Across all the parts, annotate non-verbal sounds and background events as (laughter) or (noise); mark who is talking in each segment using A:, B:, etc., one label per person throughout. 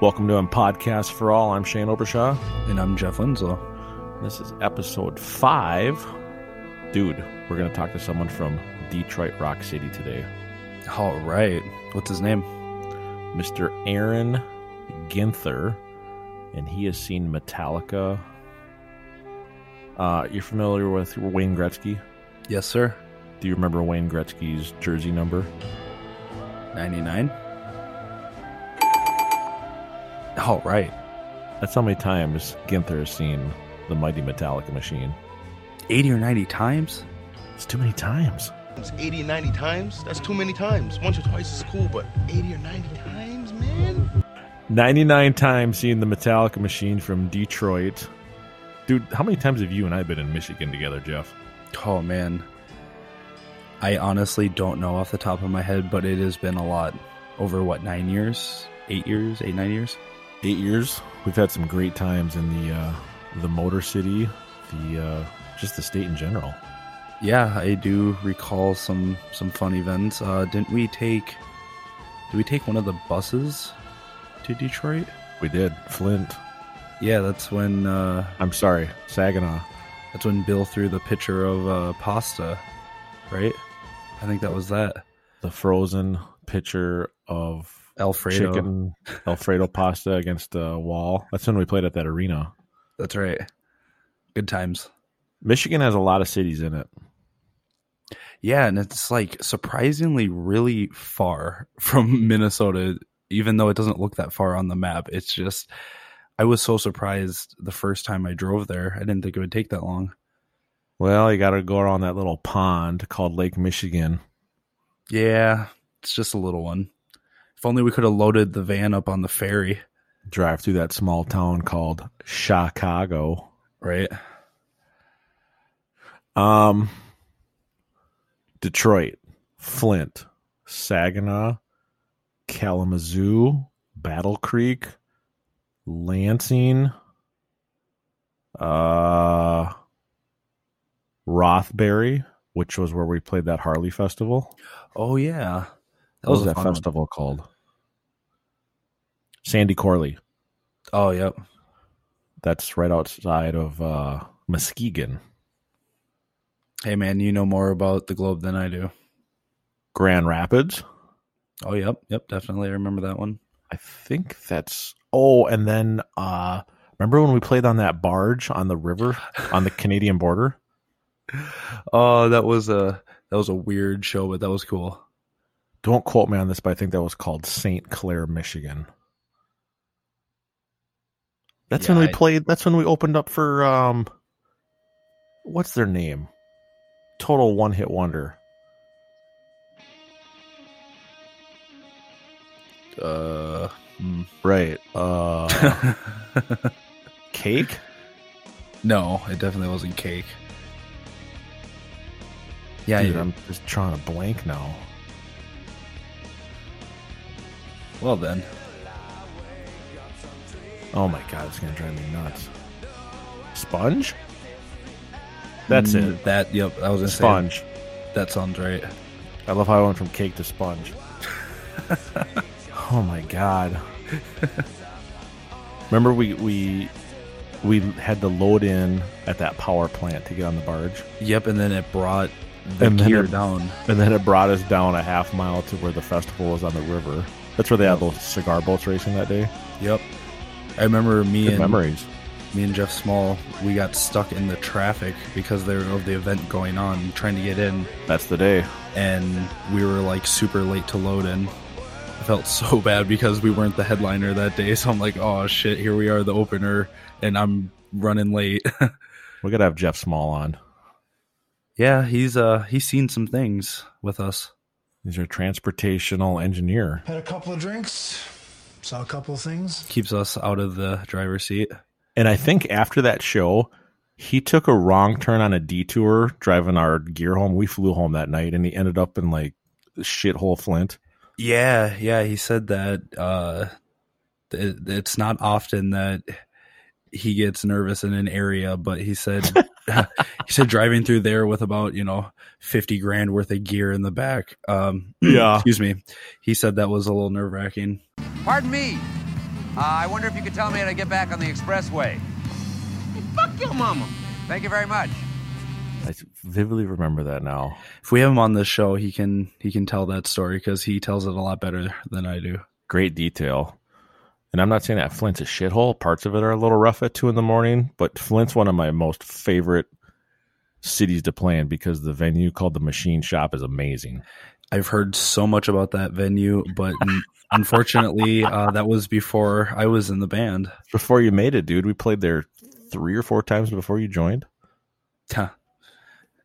A: Welcome to a podcast for all. I'm Shane Obershaw.
B: And I'm Jeff Winslow.
A: This is episode five. Dude, we're going to talk to someone from Detroit Rock City today.
B: All right. What's his name?
A: Mr. Aaron Ginther, and he has seen Metallica. Uh, you're familiar with Wayne Gretzky?
B: Yes, sir.
A: Do you remember Wayne Gretzky's jersey number?
B: 99. All right.
A: That's how many times Ginther has seen the mighty Metallica machine.
B: 80 or 90 times?
A: It's too many times.
C: It's 80, 90 times? That's too many times. Once or twice is cool, but 80 or 90 times, man?
A: 99 times seeing the Metallica machine from Detroit. Dude, how many times have you and I been in Michigan together, Jeff?
B: Oh, man. I honestly don't know off the top of my head, but it has been a lot. Over what, nine years? Eight years? Eight, nine years?
A: Eight years. We've had some great times in the uh, the Motor City, the uh, just the state in general.
B: Yeah, I do recall some some fun events. Uh, didn't we take? Did we take one of the buses to Detroit?
A: We did Flint.
B: Yeah, that's when uh,
A: I'm sorry, Saginaw.
B: that's when Bill threw the picture of uh, pasta, right? I think that was that
A: The frozen picture of
B: Alfredo.
A: chicken Alfredo pasta against a wall. That's when we played at that arena.
B: That's right. Good times.
A: Michigan has a lot of cities in it.
B: Yeah, and it's like surprisingly really far (laughs) from Minnesota, even though it doesn't look that far on the map. It's just, I was so surprised the first time I drove there. I didn't think it would take that long.
A: Well, you got to go around that little pond called Lake Michigan.
B: Yeah, it's just a little one. If only we could have loaded the van up on the ferry,
A: drive through that small town called Chicago.
B: right?
A: Um, Detroit, Flint, Saginaw, Kalamazoo, Battle Creek, Lansing, uh, Rothbury, which was where we played that Harley Festival.
B: Oh, yeah. That
A: What was
B: was a
A: that
B: fun one.
A: festival called? Sandy Corley.
B: Oh, yep.
A: That's right outside of uh, Muskegon.
B: Hey, man, you know more about the globe than I do.
A: Grand Rapids.
B: Oh, yep. Yep, definitely. I remember that one.
A: I think that's oh, and then uh remember when we played on that barge on the river on the Canadian border?
B: Oh, that was a that was a weird show, but that was cool.
A: Don't quote me on this, but I think that was called St. Clair, Michigan. That's
B: Yeah,
A: when we
B: I-
A: played that's when we opened up for um what's their name? Total one hit wonder.
B: Uh, hmm. (laughs)
A: Right. Uh cake?
B: no, it definitely wasn't cake. Yeah,
A: Dude,
B: you-
A: I'm just trying to blank now.
B: well then,
A: Oh my god, it's gonna drive me nuts. Sponge? That's
B: Mm,
A: it.
B: That yep, I was gonna
A: Sponge.
B: say that sounds right.
A: I love how I went from cake to sponge. oh my god. (laughs) Remember we we we had to load in at that power plant to get on the barge.
B: Yep, and then it brought the
A: And then
B: gear
A: it-
B: down.
A: And then it brought us down a half mile to where the festival was on the river. That's where they had those cigar boats racing that day.
B: Yep, I remember me
A: Good
B: and
A: memories.
B: me and Jeff Small. We got stuck in the traffic because there of the event going on, trying to get in,
A: That's the day.
B: and we were like super late to load in. I felt so (laughs) bad because we weren't the headliner that day. So I'm like, oh shit, here we are, the opener, and I'm running late. (laughs)
A: We gotta have Jeff Small on.
B: yeah, he's uh he's seen some things with us.
A: He's our transportational engineer.
C: Had a couple of drinks, saw a couple of things.
B: Keeps us out of the driver's seat.
A: And I think after that show, he took a wrong turn on a detour driving our gear home. We flew home that night and he ended up in like shithole Flint.
B: Yeah, yeah, he said that uh it, it's not often that he gets nervous in an area, but he (laughs) said he said driving through there with about, you know, 50 grand worth of gear in the back. Um
A: Yeah.
B: excuse me. He said that was a little nerve-wracking.
D: Pardon me. Uh, I wonder if you could tell me how to get back on the expressway.
E: Fuck your mama.
F: Um,
D: Thank you very much.
A: I vividly remember that now.
B: If we have him on this show, he can he can tell that story because he tells it a lot better than I do.
A: Great detail. And I'm not saying that Flint's a shithole. Parts of it are a little rough at two in the morning, but Flint's one of my most favorite cities to play in because the venue called the Machine Shop is amazing.
B: I've heard so much about that venue, but (laughs) unfortunately, uh, that was before I was in the band.
A: Before you made it, dude, we played there three or four times before you joined.
B: Huh.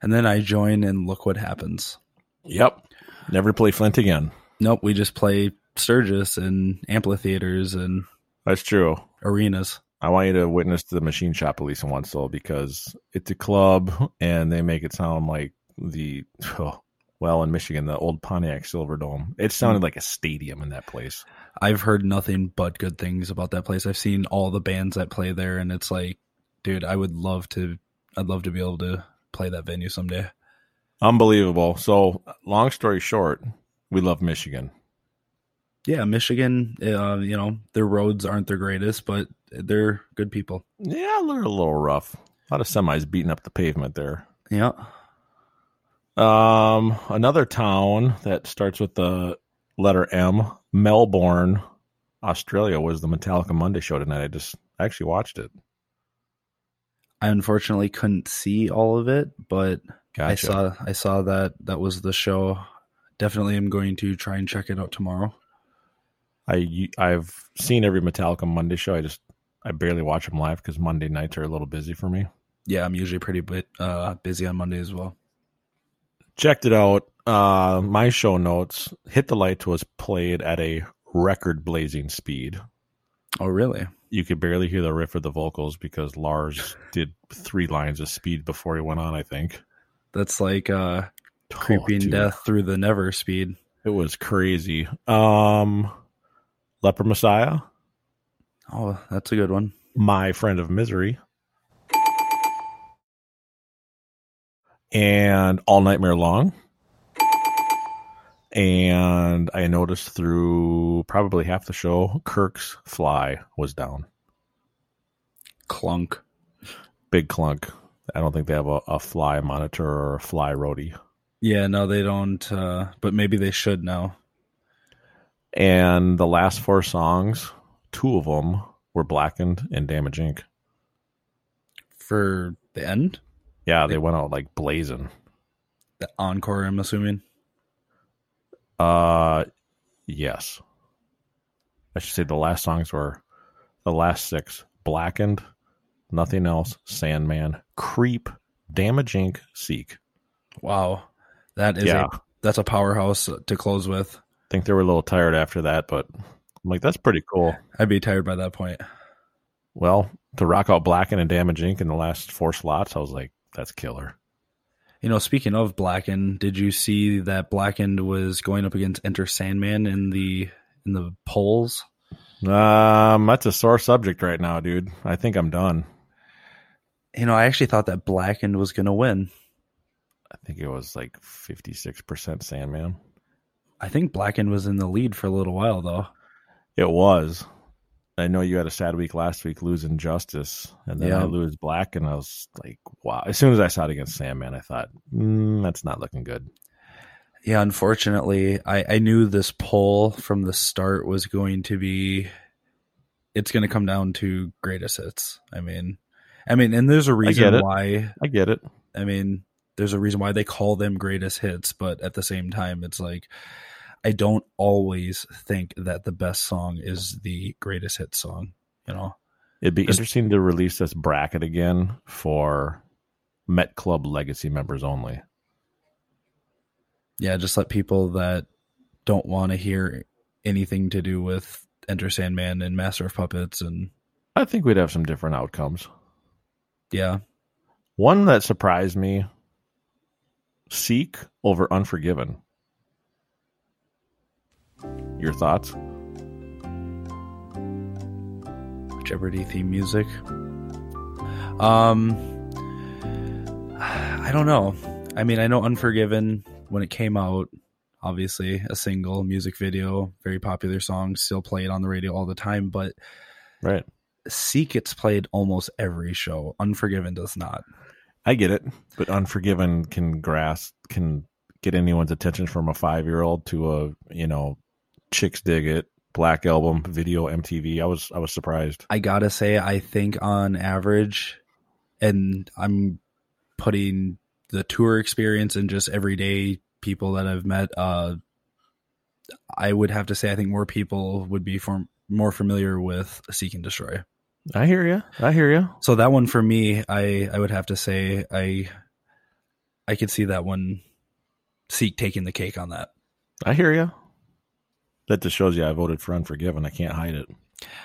B: And then I join, and look what happens.
A: Yep. Never play Flint again.
B: Nope, we just play Sturgis and amphitheaters and
A: That's true.
B: arenas.
A: I want you to witness the machine shop at least in one soul because it's a club and they make it sound like the oh, well in Michigan the old Pontiac Silverdome. It sounded like a stadium in that place.
B: I've heard nothing but good things about that place. I've seen all the bands that play there, and it's like, dude, I would love to. I'd love to be able to play that venue someday.
A: Unbelievable. So, long story short, we love Michigan.
B: Yeah, Michigan. Uh, you know, their roads aren't the greatest, but they're good people.
A: Yeah, they're a little rough. A lot of semis beating up the pavement there.
B: Yeah.
A: Um, another town that starts with the letter M, Melbourne, Australia, was the Metallica Monday show tonight. I just I actually watched it.
B: I unfortunately couldn't see all of it, but I
A: Gotcha.
B: saw I saw that that was the show. Definitely am going to try and check it out tomorrow.
A: I I've seen every Metallica Monday show. I just I barely watch them live because Monday nights are a little busy for me.
B: Yeah, I'm usually pretty bit, uh, busy on Monday as well.
A: Checked it out. Uh, my show notes: "Hit the Lights" was played at a record blazing speed.
B: Oh, really?
A: You could barely hear the riff or the vocals because Lars did three lines of speed before he went on. I think
B: That's like uh,
A: Oh,
B: creeping
A: dude.
B: death through the never speed.
A: It was crazy. Um, Leper Messiah,
B: Oh, that's a good one.
A: my friend of misery, and All Nightmare Long. And I noticed through probably half the show, Kirk's fly was down.
B: Clunk.
A: Big clunk. I don't think they have a, a fly monitor or a fly roadie.
B: Yeah, no, they don't. Uh, but maybe they should now.
A: And the last four songs, two of them were blackened and damage ink.
B: For the end,
A: Yeah, they went out like blazing.
B: the encore. I'm assuming.
A: Uh yes. I should say the last songs were the last six. Blackened, nothing else, Sandman, Creep, Damage Inc, Seek.
B: Wow, that is
A: Yeah.
B: a, that's a powerhouse to close with.
A: I think they were a little tired after that, but I'm like, that's pretty cool.
B: I'd be tired by that point.
A: Well, to rock out Blackened and Damage Inc in the last four slots, I was like, that's killer.
B: You know, speaking of Blackened, did you see that Blackened was going up against Enter Sandman in the in the polls?
A: Um, that's a sore subject right now, dude. I think I'm done.
B: You know, I actually thought that Blackened was going to win.
A: I think it was like 56% Sandman.
B: I think Blackened was in the lead for a little while though.
A: It was. I know you had a sad week last week losing Justice, and then I
B: Yeah.
A: lose Black, and I was like, wow. As soon as I saw it against Sandman, I thought, mm, that's not looking good.
B: Yeah, unfortunately, I I knew this poll from the start was going to be it's going to come down to greatest hits. I mean, I mean, and there's a reason
A: it.
B: why
A: I get it.
B: I mean, there's a reason why they call them greatest hits, but at the same time, it's like I don't always think that the best song is the greatest hit song. You know,
A: It'd be
B: Just-
A: interesting to release this bracket again for Met Club Legacy members only.
B: yeah, just let people that don't want to hear anything to do with Enter Sandman and Master of Puppets, and
A: I think we'd have some different outcomes.
B: yeah,
A: One that surprised me Seek over Unforgiven. Your thoughts?
B: Jeopardy theme music. Um, I don't know. I mean, I know Unforgiven when it came out. obviously a single music video, very popular song, still played on the radio all the time. But
A: Right.
B: Seek gets played almost every show. Unforgiven does not.
A: I get it, but Unforgiven can grasp can get anyone's attention from a five year old to a you know chicks dig it black album video MTV. I was I was surprised.
B: I gotta say, I think on average, and I'm putting the tour experience and just everyday people that I've met. Uh, I would have to say, I think more people would be from more familiar with Seek and Destroy.
A: I hear you. I hear you.
B: So that one for me, I I would have to say I I could see that one Seek taking the cake on that.
A: I hear you. That just shows you I voted for Unforgiven. I can't hide it.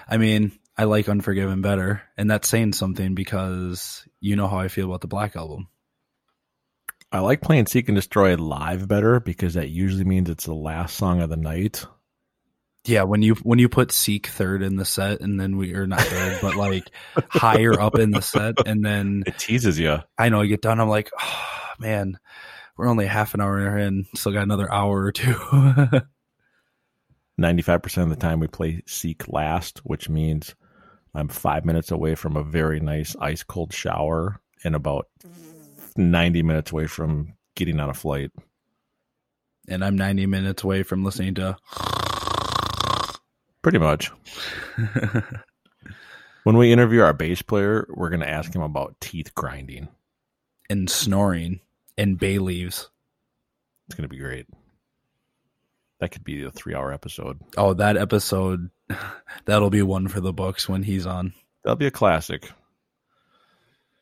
B: I mean, I like Unforgiven better, and that's saying something because you know how I feel about the Black Album.
A: I like playing Seek and Destroy live better because that usually means it's the last song of the night.
B: Yeah, when you when you put Seek third in the set, and then we are not third, but like higher up in the set, and then
A: It teases you.
B: I know I get done, I'm like, oh, man, we're only half an hour in, still got another hour or two. (laughs)
A: 95% of the time we play seek last, which means I'm five minutes away from a very nice ice cold shower and about 90 minutes away from getting on a flight.
B: and I'm 90 minutes away from listening to
A: Pretty much. when we interview our bass player, we're going to ask him about teeth grinding.
B: and snoring and bay leaves.
A: It's going to be great. That could be a three hour episode.
B: Oh, that episode, (sighs) that'll be one for the books when he's on.
A: That'll be a classic.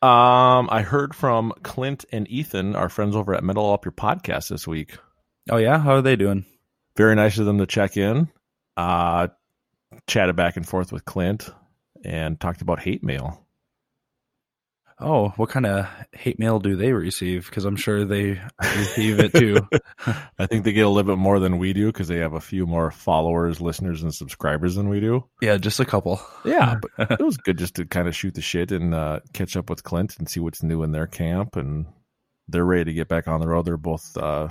A: Um, I heard from Clint and Ethan, our friends over at Metal Up Your Podcast this week.
B: Oh yeah, how are they doing?
A: very nice of them to check in. Uh, chatted back and forth with Clint and talked about hate mail.
B: Oh, what kind of hate mail do they receive? Because I'm sure they receive it too.
A: I think they get a little bit more than we do because they have a few more followers, listeners, and subscribers than we do.
B: yeah, just a couple.
A: Yeah, (laughs) but it was good just to kind of shoot the shit and uh, catch up with Clint and see what's new in their camp. And they're ready to get back on the road. They're both uh,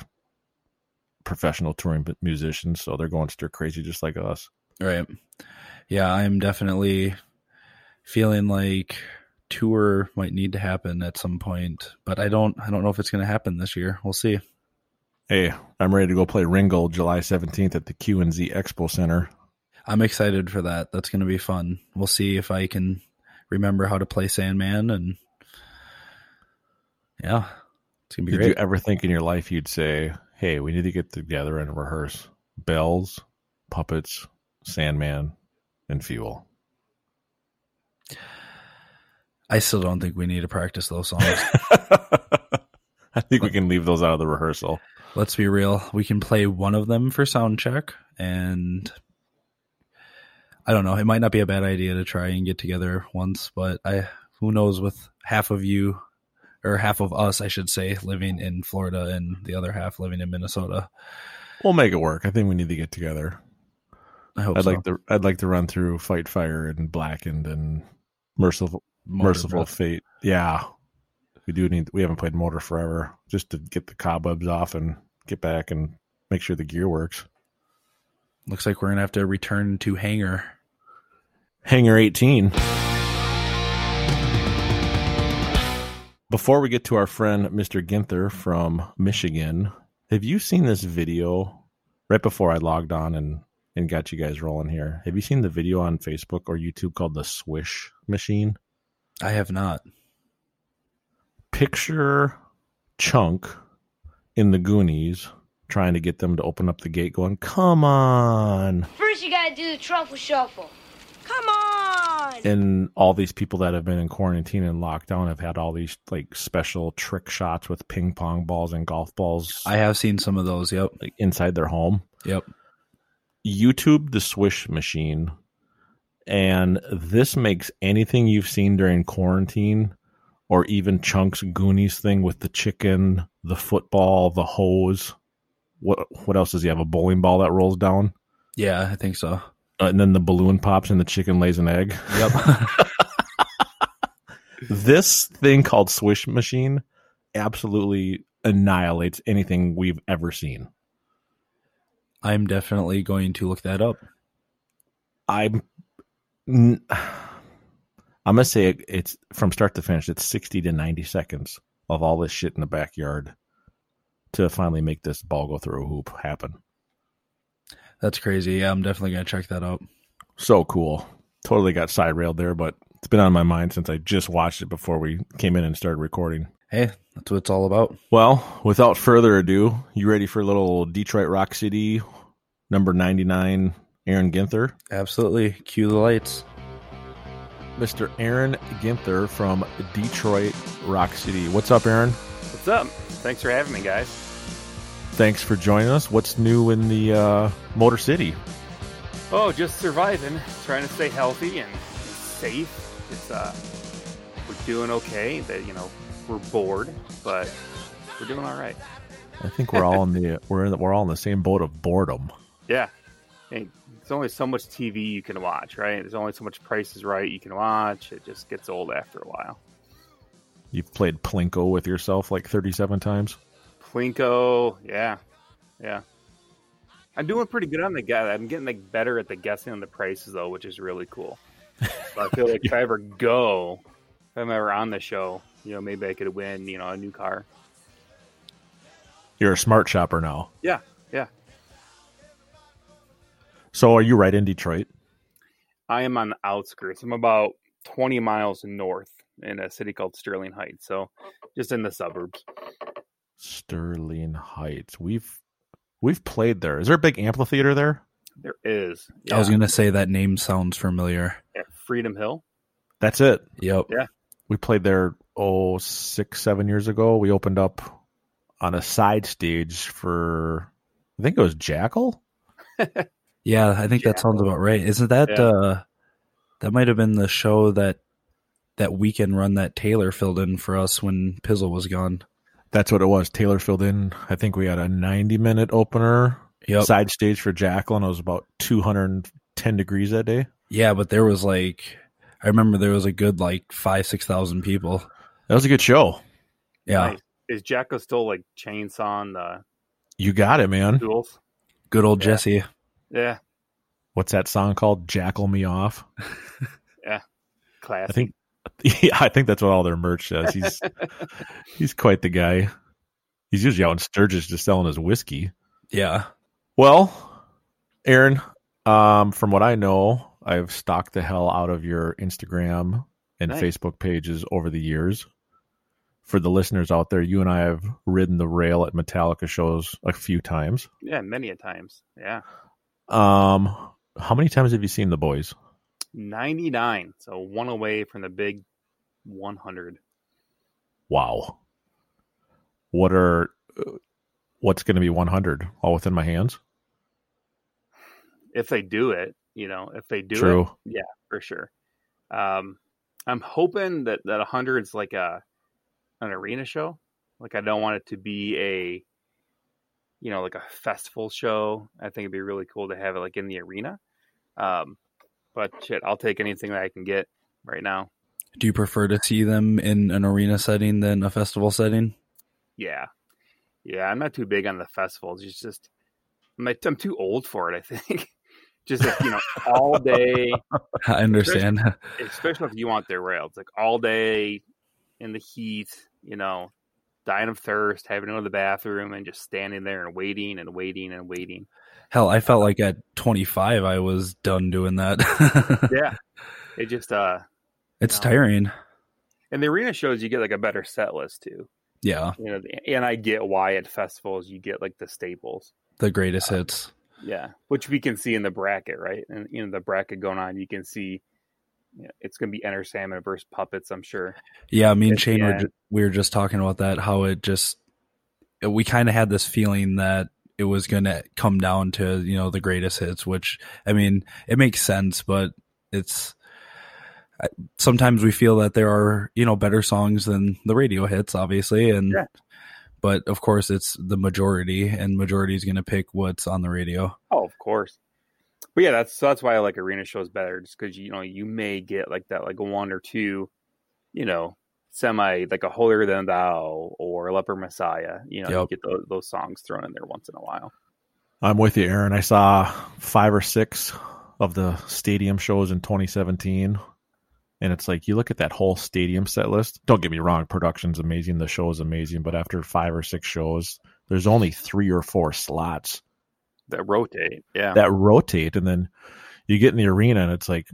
A: professional touring musicians, so they're going stir crazy just like us.
B: Right. Yeah, I'm definitely feeling like tour might need to happen at some point, but I don't I don't know if it's going to happen this year. We'll see.
A: Hey, I'm ready to go play Ringgold July 17th at the Q and Z Expo Center.
B: I'm excited for that. That's going to be fun. We'll see if I can remember how to play Sandman and yeah, it's going to be
A: Did you
B: great.
A: ever think in your life you'd say, "Hey, we need to get together and rehearse bells, puppets, Sandman, and fuel"? (laughs)
B: I still don't think we need to practice those songs.
A: I think we can leave those out of the rehearsal.
B: Let's be real. We can play one of them for sound check and I don't know. It might not be a bad idea to try and get together once, but I who knows with half of you or half of us, I should say, living in Florida and the other half living in Minnesota.
A: We'll make it work. I think we need to get together.
B: I hope
A: I'd
B: so.
A: like to. I'd like to run through Fight Fire and Blackened and Merciful
B: Motor
A: Merciful
B: breath.
A: Fate. Yeah, we do need. We haven't played Motor forever, just to get the cobwebs off and get back and make sure the gear works.
B: Looks like we're gonna have to return to hangar.
A: Hanger 18. Before we get to our friend Mr. Ginther from Michigan, have you seen this video right before I logged on and, and got you guys rolling here? Have you seen the video on Facebook or YouTube called the Swish Machine?
B: I have not.
A: Picture Chunk in the Goonies trying to get them to open up the gate, going, Come on.
G: First, you gotta do the truffle shuffle. Come on!
A: and all these people that have been in quarantine and lockdown have had all these like special trick shots with ping pong balls and golf balls
B: I have seen some of those, yep.
A: like, inside their home.
B: Yep.
A: YouTube the Swish machine, and this makes anything you've seen during quarantine, or even Chunks Goonies thing with the chicken, the football, the hose. What what else does he have? A bowling ball that rolls down,
B: Yeah, I think so.
A: Uh, and then the balloon pops and the chicken lays an egg.
B: Yep.
A: (laughs) this thing called swish machine absolutely annihilates anything we've ever seen
B: I'm definitely going to look that up.
A: I'm n- I'm gonna say it, it's from start to finish. It's sixty to ninety seconds of all this shit in the backyard to finally make this ball go through a hoop happen.
B: That's crazy. Yeah, I'm definitely going to check that out.
A: So cool. Totally got side railed there, but it's been on my mind since I just watched it before we came in and started recording.
B: Hey, that's what it's all about.
A: Well, without further ado, you ready for a little Detroit Rock City number ninety nine Aaron Ginther?
B: Absolutely. Cue the lights.
A: Mr. Aaron Ginther from Detroit Rock City. What's up, Aaron?
H: What's up? Thanks for having me, guys.
A: Thanks for joining us. What's new in the uh, Motor City?
H: Oh, just surviving, trying to stay healthy and safe. It's uh, we're doing okay. That you know, we're bored, but we're doing all right.
A: I think we're all in the (laughs) we're in the, we're all in the same boat of boredom.
H: Yeah, and there's only so much TV you can watch, right? There's only so much Price is Right you can watch. It just gets old after a while.
A: You've played Plinko with yourself like thirty-seven times.
H: Plinko, yeah, yeah. I'm doing pretty good on the guy. I'm getting like better at the guessing on the prices though, which is really cool. So I
B: (laughs)
H: feel like if I ever go, if I'm ever on the show, you know, maybe I could win, you know, a new car.
A: You're a smart shopper now.
H: Yeah, yeah.
A: So are you right in Detroit?
H: I am on the outskirts. I'm about 20 miles north in a city called Sterling Heights, so just in the suburbs.
A: Sterling Heights. We've we've played there. Is there a big amphitheater there?
H: There is. Yeah,
B: I was going to say that name sounds familiar.
H: yeah, Freedom Hill.
A: That's it.
B: Yep.
H: Yeah.
A: we played there oh six seven years ago we opened up on a side stage for i think it was jackal
B: Yeah, I think that sounds about right. Isn't that
H: Yeah.
B: uh that might have been the show that that weekend run that Taylor filled in for us when Pizzle was gone.
A: that's what it was taylor filled in i think we had a 90 minute opener
B: Yep.
A: side stage for jackal and it was about 210 degrees that day
B: Yeah, but there was like I remember there was a good like five, six thousand people.
A: that was a good show
B: Yeah.
H: Nice. Is Jacko still like chainsawing the
A: you got it man
H: tools?
B: Good old
H: Yeah.
B: Jesse.
H: Yeah,
A: what's that song called jackal me off
H: classic.
A: i think (laughs) yeah, i think that's what all their merch says (laughs) he's he's quite the guy he's usually out in sturgis just selling his whiskey
B: Yeah.
A: Well, Aaron, um, from what I know, I've stalked the hell out of your Instagram and
H: Nice.
A: Facebook pages over the years. For the listeners out there, you and I have ridden the rail at Metallica shows a few times.
H: Yeah, many a times. Yeah,
A: Um, how many times have you seen the boys?
H: 99. So one away from the big 100.
A: Wow. What are uh, what's going to be 100 all within my hands?
H: If they do it, you know, if they do
A: True.
H: it for sure. Um, I'm hoping that that 100 is like a an arena show. Like I don't want it to be a you know like a festival show. I think it'd be really cool to have it like in the arena. Um, but shit, I'll take anything that I can get right now.
B: Do you prefer to see them in an arena setting than a festival setting? (laughs)
H: Yeah, yeah. I'm not too big on the festivals. It's just I'm, not- I'm too old for it. I think (laughs) just like, you know all day,
B: I understand. (laughs)
H: especially if you want their rail. It's like all day in the heat. You know, dying of thirst, having to go to the bathroom, and just standing there and waiting and waiting and waiting.
B: Hell, I felt like at 25 I was done doing that. (laughs)
H: Yeah, it just uh.
B: It's
H: No.
B: tiring.
H: And the arena shows you get like a better set list too.
B: Yeah,
H: You know, and I get why at festivals you get like the staples.
B: the greatest hits.
H: Yeah, which we can see in the bracket, right? And you know the bracket going on, you can see you know, it's going to be Enter Salmon versus Puppets. I'm sure.
B: Yeah, me and
H: Yeah.
B: Shane were ju- we were just talking about that how it just we kind of had this feeling that it was going to come down to, you know, the greatest hits, which I mean, it makes sense, but it's I- sometimes we feel that there are, you know, better songs than the radio hits obviously and
H: Yeah.
B: but of course it's the majority and majority is going to pick what's on the radio.
H: Oh, of course. But yeah, that's that's why I like arena shows better, just because you know you may get like that, like one or two, you know, semi like a holier than thou or leper messiah. You know,
B: Yep.
H: you get those, those songs thrown in there once in a while.
A: I'm with you, Aaron. I saw five or six of the stadium shows in 2017. And it's like you look at that whole stadium set list. Don't get me wrong, production's amazing, the show is amazing, but after five or six shows, there's only three or four slots
H: that rotate. Yeah.
A: that rotate, and then you get in the arena, and it's like,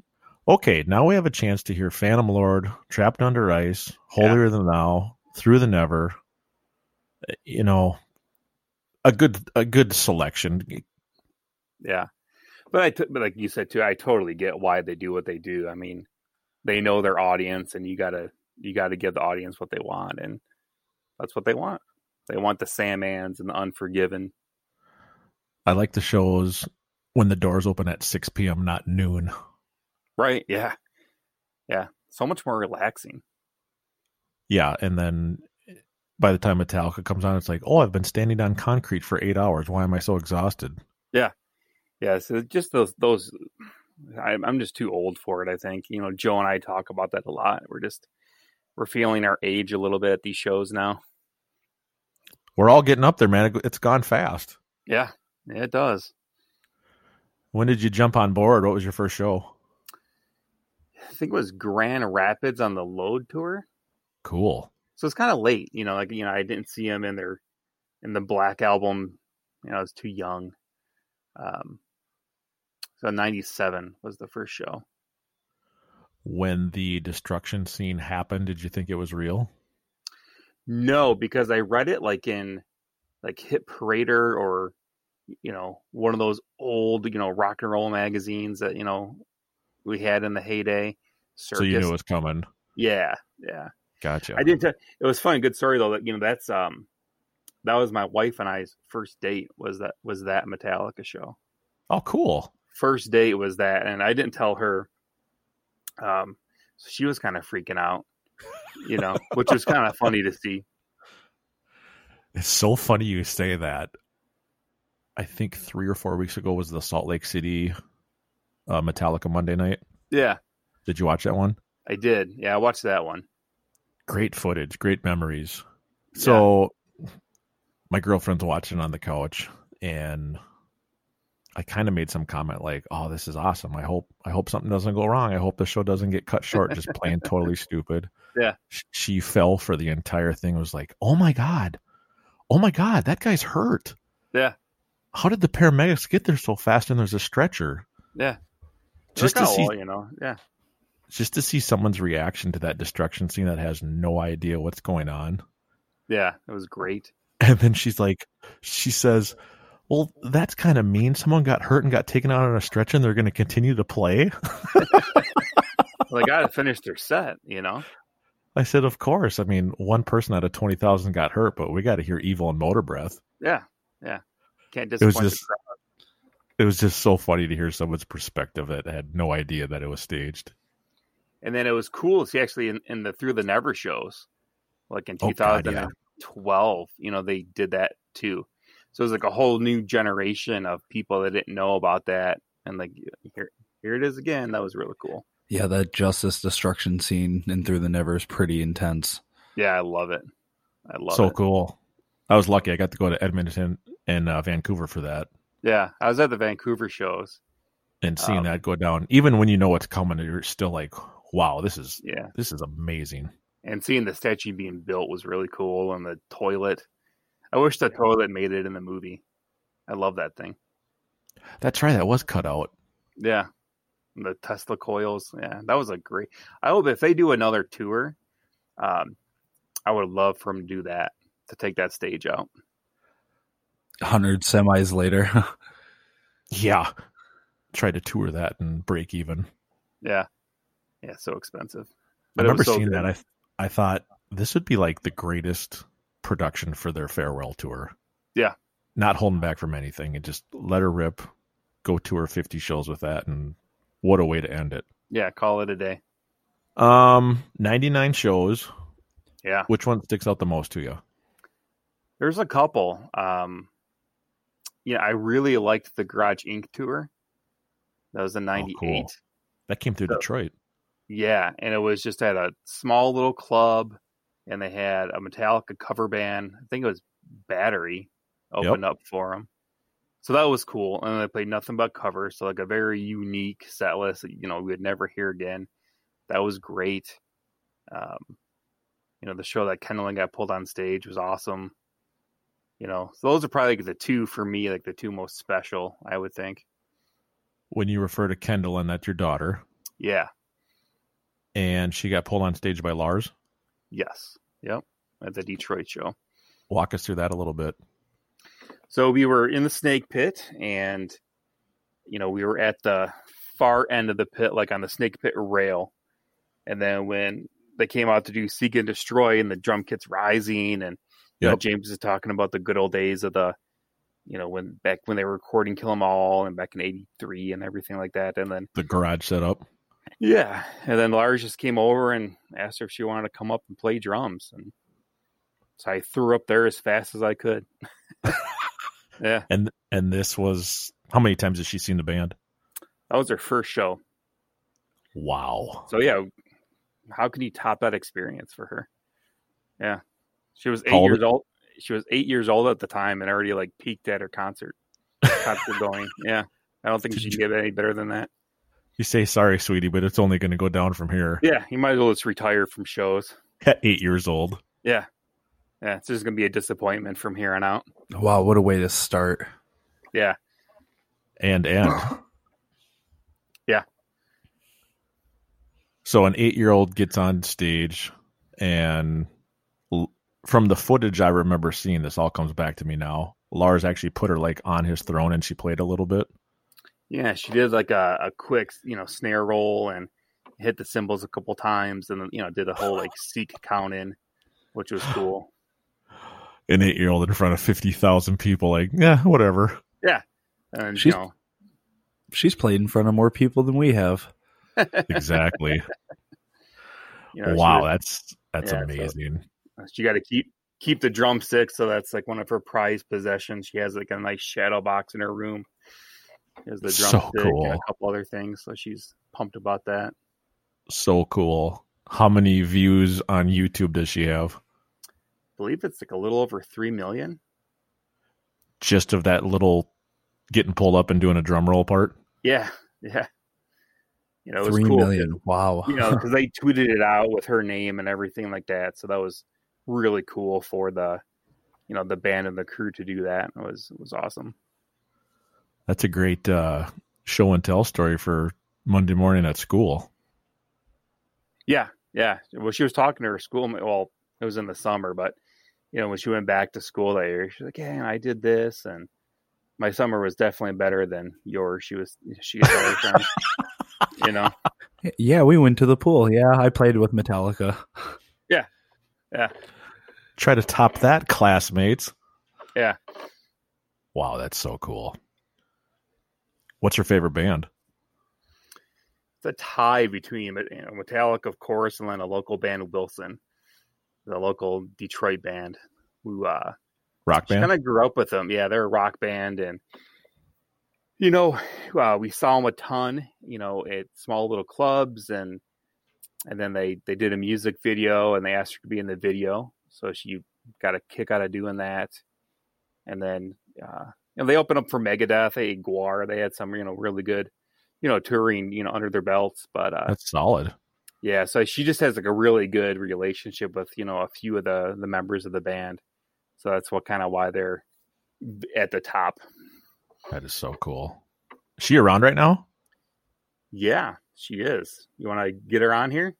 A: okay, now we have a chance to hear Phantom Lord, Trapped Under Ice, Holier Than Thou, Through the Never. You know, a good a good selection.
H: Yeah, but I t- but like you said too, I totally get why they do what they do. I mean, they know their audience, and you gotta you gotta give the audience what they want, and that's what they want. They want the Sandman's and the Unforgiven.
A: I like the shows when the doors open at 6 p.m., not noon.
H: Right? Yeah, yeah. So much more relaxing.
A: Yeah. And then by the time Metallica comes on, it's like, oh, I've been standing on concrete for eight hours. Why am I so exhausted?
H: Yeah. So just those those. I'm I'm just too old for it. I think you know Joe and I talk about that a lot. We're just we're feeling our age a little bit at these shows now.
A: We're all getting up there, man. It's gone fast.
H: Yeah, it does.
A: When did you jump on board? What was your first show?
H: I think it was Grand Rapids on the Load Tour.
A: Cool.
H: so it's kind of late you know like you know i didn't see him in their in the black album you know i was too young um so 97 was the first show
A: When the destruction scene happened, did you think it was real?
H: no because i read it like in like hit parader or you know one of those old you know rock and roll magazines that you know we had in the heyday circus
A: So you knew it was coming.
H: yeah yeah
A: Gotcha.
H: I did. T- it was funny. Good story though. That you know, that's um, that was my wife and I's first date. Was that was that Metallica show?
A: Oh, cool.
H: First date was that, and I didn't tell her. Um, so she was kind of freaking out, you know, which
A: (laughs)
H: was kind of funny to see.
A: It's so funny you say that. I think three or four weeks ago was the Salt Lake City uh, Metallica Monday night.
H: Yeah,
A: Did you watch that one?
H: I did. Yeah, I watched that one.
A: Great footage, great memories. So my girlfriend's watching on the couch and I kind of made some comment like, "Oh, this is awesome. I hope I hope something doesn't go wrong. I hope the show doesn't get cut short just (laughs) playing totally stupid."
H: Yeah.
A: Sh- She fell for the entire thing. Was like, "Oh my god. Oh my god, that guy's hurt."
H: Yeah.
A: How did the paramedics get there so fast and there's a stretcher?
H: Yeah.
A: Just to
H: Look how
A: see
H: well, you know. Yeah,
A: just to see someone's reaction to that destruction scene that has no idea what's going on. (laughs)
H: yeah, it was great.
A: And then she's like, she says, Well, that's kind of mean. Someone got hurt and got taken out on a stretcher and they're going to continue to play.
H: Well, they got to finish their set, you know.
A: I said, Of course. I mean, one person out of 20,000 got hurt, but we got to hear Evil and Motor Breath.
H: Yeah, yeah. Can't
A: was
H: disappoint. the
A: just-
H: crowd.
A: It was just so funny to hear someone's perspective that had no idea that it was staged.
H: And then it was cool to see actually in, in the Through the Never shows, like in
A: Oh, God, yeah.
H: 2012, you know, they did that too. So it was like a whole new generation of people that didn't know about that. And like, here, here it is again. That was really cool.
B: Yeah, that justice destruction scene in Through the Never is pretty intense.
H: Yeah, I love it. I love
A: so
H: it.
A: cool. I was lucky. I got to go to Edmonton and uh, Vancouver for that
H: Yeah, I was at the Vancouver shows.
A: and seeing
H: Um,
A: that go down. Even when you know what's coming, you're still like, wow, this is
H: Yeah,
A: this is amazing.
H: and seeing the statue being built was really cool. And the toilet, I wish the toilet made it in the movie. I love that thing.
A: That's right. That was cut out.
H: Yeah. The Tesla coils. Yeah. That was a great I hope if they do another tour, um, I would love for them to do that to take that stage out.
B: Hundred semis later, (laughs)
A: Yeah. Try to tour that and break even.
H: Yeah. Yeah, so expensive.
A: I
H: it was
A: remember
H: so
A: seeing
H: good.
A: that. I I thought this would be like the greatest production for their farewell tour.
H: Yeah.
A: Not holding back from anything and just let her rip, go tour 50 shows with that. And what a way to end it.
H: Yeah, call it a day.
A: Um, 99 shows.
H: Yeah.
A: Which one sticks out the most to you?
H: There's a couple. Um yeah, I really liked the Garage Inc. tour. That
A: Oh,
H: was in ninety eight.
A: That came through
H: So-
A: Detroit.
H: Yeah, and it was just at a small little club, and they had a Metallica cover band. I think it was Battery opened up for them. So that was cool. And I played nothing but covers, so like a very unique set list that you know we would never hear again. That was great. Um, you know, the show that Kendallin got pulled on stage was awesome. You know, so those are probably like the two for me, like the two most special, I would think.
A: When you refer to Kendall and that's your daughter,
H: Yeah.
A: and she got pulled on stage by Lars.
H: Yes. Yep. At the Detroit show.
A: Walk us through that a little bit.
H: So we were in the snake pit, and you know we were at the far end of the pit, like on the snake pit rail. And then when they came out to do seek and destroy, and the drum kit's rising, and you know,
A: Yep.
H: James is talking about the good old days of the, you know, when back when they were recording Kill 'Em All and back in '83 and everything like that. And then
A: The garage setup.
H: yeah, and then Lars just came over and asked her if she wanted to come up and play drums, and so I threw up there as fast as I could. (laughs) yeah.
A: And and this was how many times has she seen the band?
H: That was their first show.
A: Wow.
H: So yeah, how can you top that experience for her? Yeah. She was eight
A: How old-
H: years old. She was eight years old at the time and already like peaked at her concert. concert going. Yeah. I don't think she can get any better than that.
A: You say sorry, sweetie, but it's only going to go down from here.
H: Yeah, you might as well just retire from shows.
A: At eight years old,
H: Yeah. Yeah. It's just gonna be a disappointment from here on out.
B: Wow, what a way to start.
H: Yeah.
A: and and
H: Yeah.
A: So an eight-year-old gets on stage, and l- from the footage I remember seeing, this all comes back to me now. Lars actually put her like on his throne, and she played a little bit.
H: Yeah, she did like a, a quick, you know, snare roll and hit the cymbals a couple times and then, you know, did a whole like seek count in, which was cool.
A: An eight-year-old in front of fifty thousand people, like yeah, whatever.
H: And
B: She's-
H: you know,
B: She's played in front of more people than we have.
A: Exactly.
H: you know, she
A: wow,
H: was-
A: that's that's
H: Yeah, Uh, so-
A: amazing.
H: She got to keep keep the drumstick, so that's like one of her prized possessions. She has like a nice shadow box in her room. She has the
A: So
H: drumstick and
A: cool.
H: a couple other things, so she's pumped about that.
A: so cool. How many views on YouTube does she have?
H: I believe it's like a little over three million.
A: Just of that little getting pulled up and doing a drum roll part.
H: Yeah, yeah. You know, it was
B: Three million.
H: cool.
B: Wow.
H: You know, because they tweeted it out with her name and everything like that. So that was really cool for the, you know, the band and the crew to do that. It was it was awesome.
A: That's a great uh, show and tell story for Monday morning at school.
H: Yeah, yeah. Well, she was talking to her school. Well, it was in the summer, but you know, when she went back to school that year, she's like, "Yeah, I did this, and my summer was definitely better than yours." She was, she was always done. you know,
B: yeah, we went to the pool. Yeah, I played with Metallica.
A: Try to top that, classmates.
H: Yeah.
A: Wow, that's so cool. What's your favorite band?
H: it's a tie between you know, Metallica, of course, and then a local band, Wilson, the local Detroit band, who uh,
A: Rock band?
H: Kind of grew up with them. Yeah, they're a rock band, and you know, uh, we saw them a ton. You know, at small little clubs, and and then they they did a music video, and they asked her to be in the video, so she got a kick out of doing that. And then, uh, you know, they opened up for Megadeth, they Guar, they had some you know really good, you know, touring you know under their belts, but uh,
A: that's solid.
H: yeah, so she just has like a really good relationship with you know a few of the the members of the band, so that's what kind of why they're at the top.
A: That is so cool. Is she around right now?
H: Yeah, she is. You want to get her on here?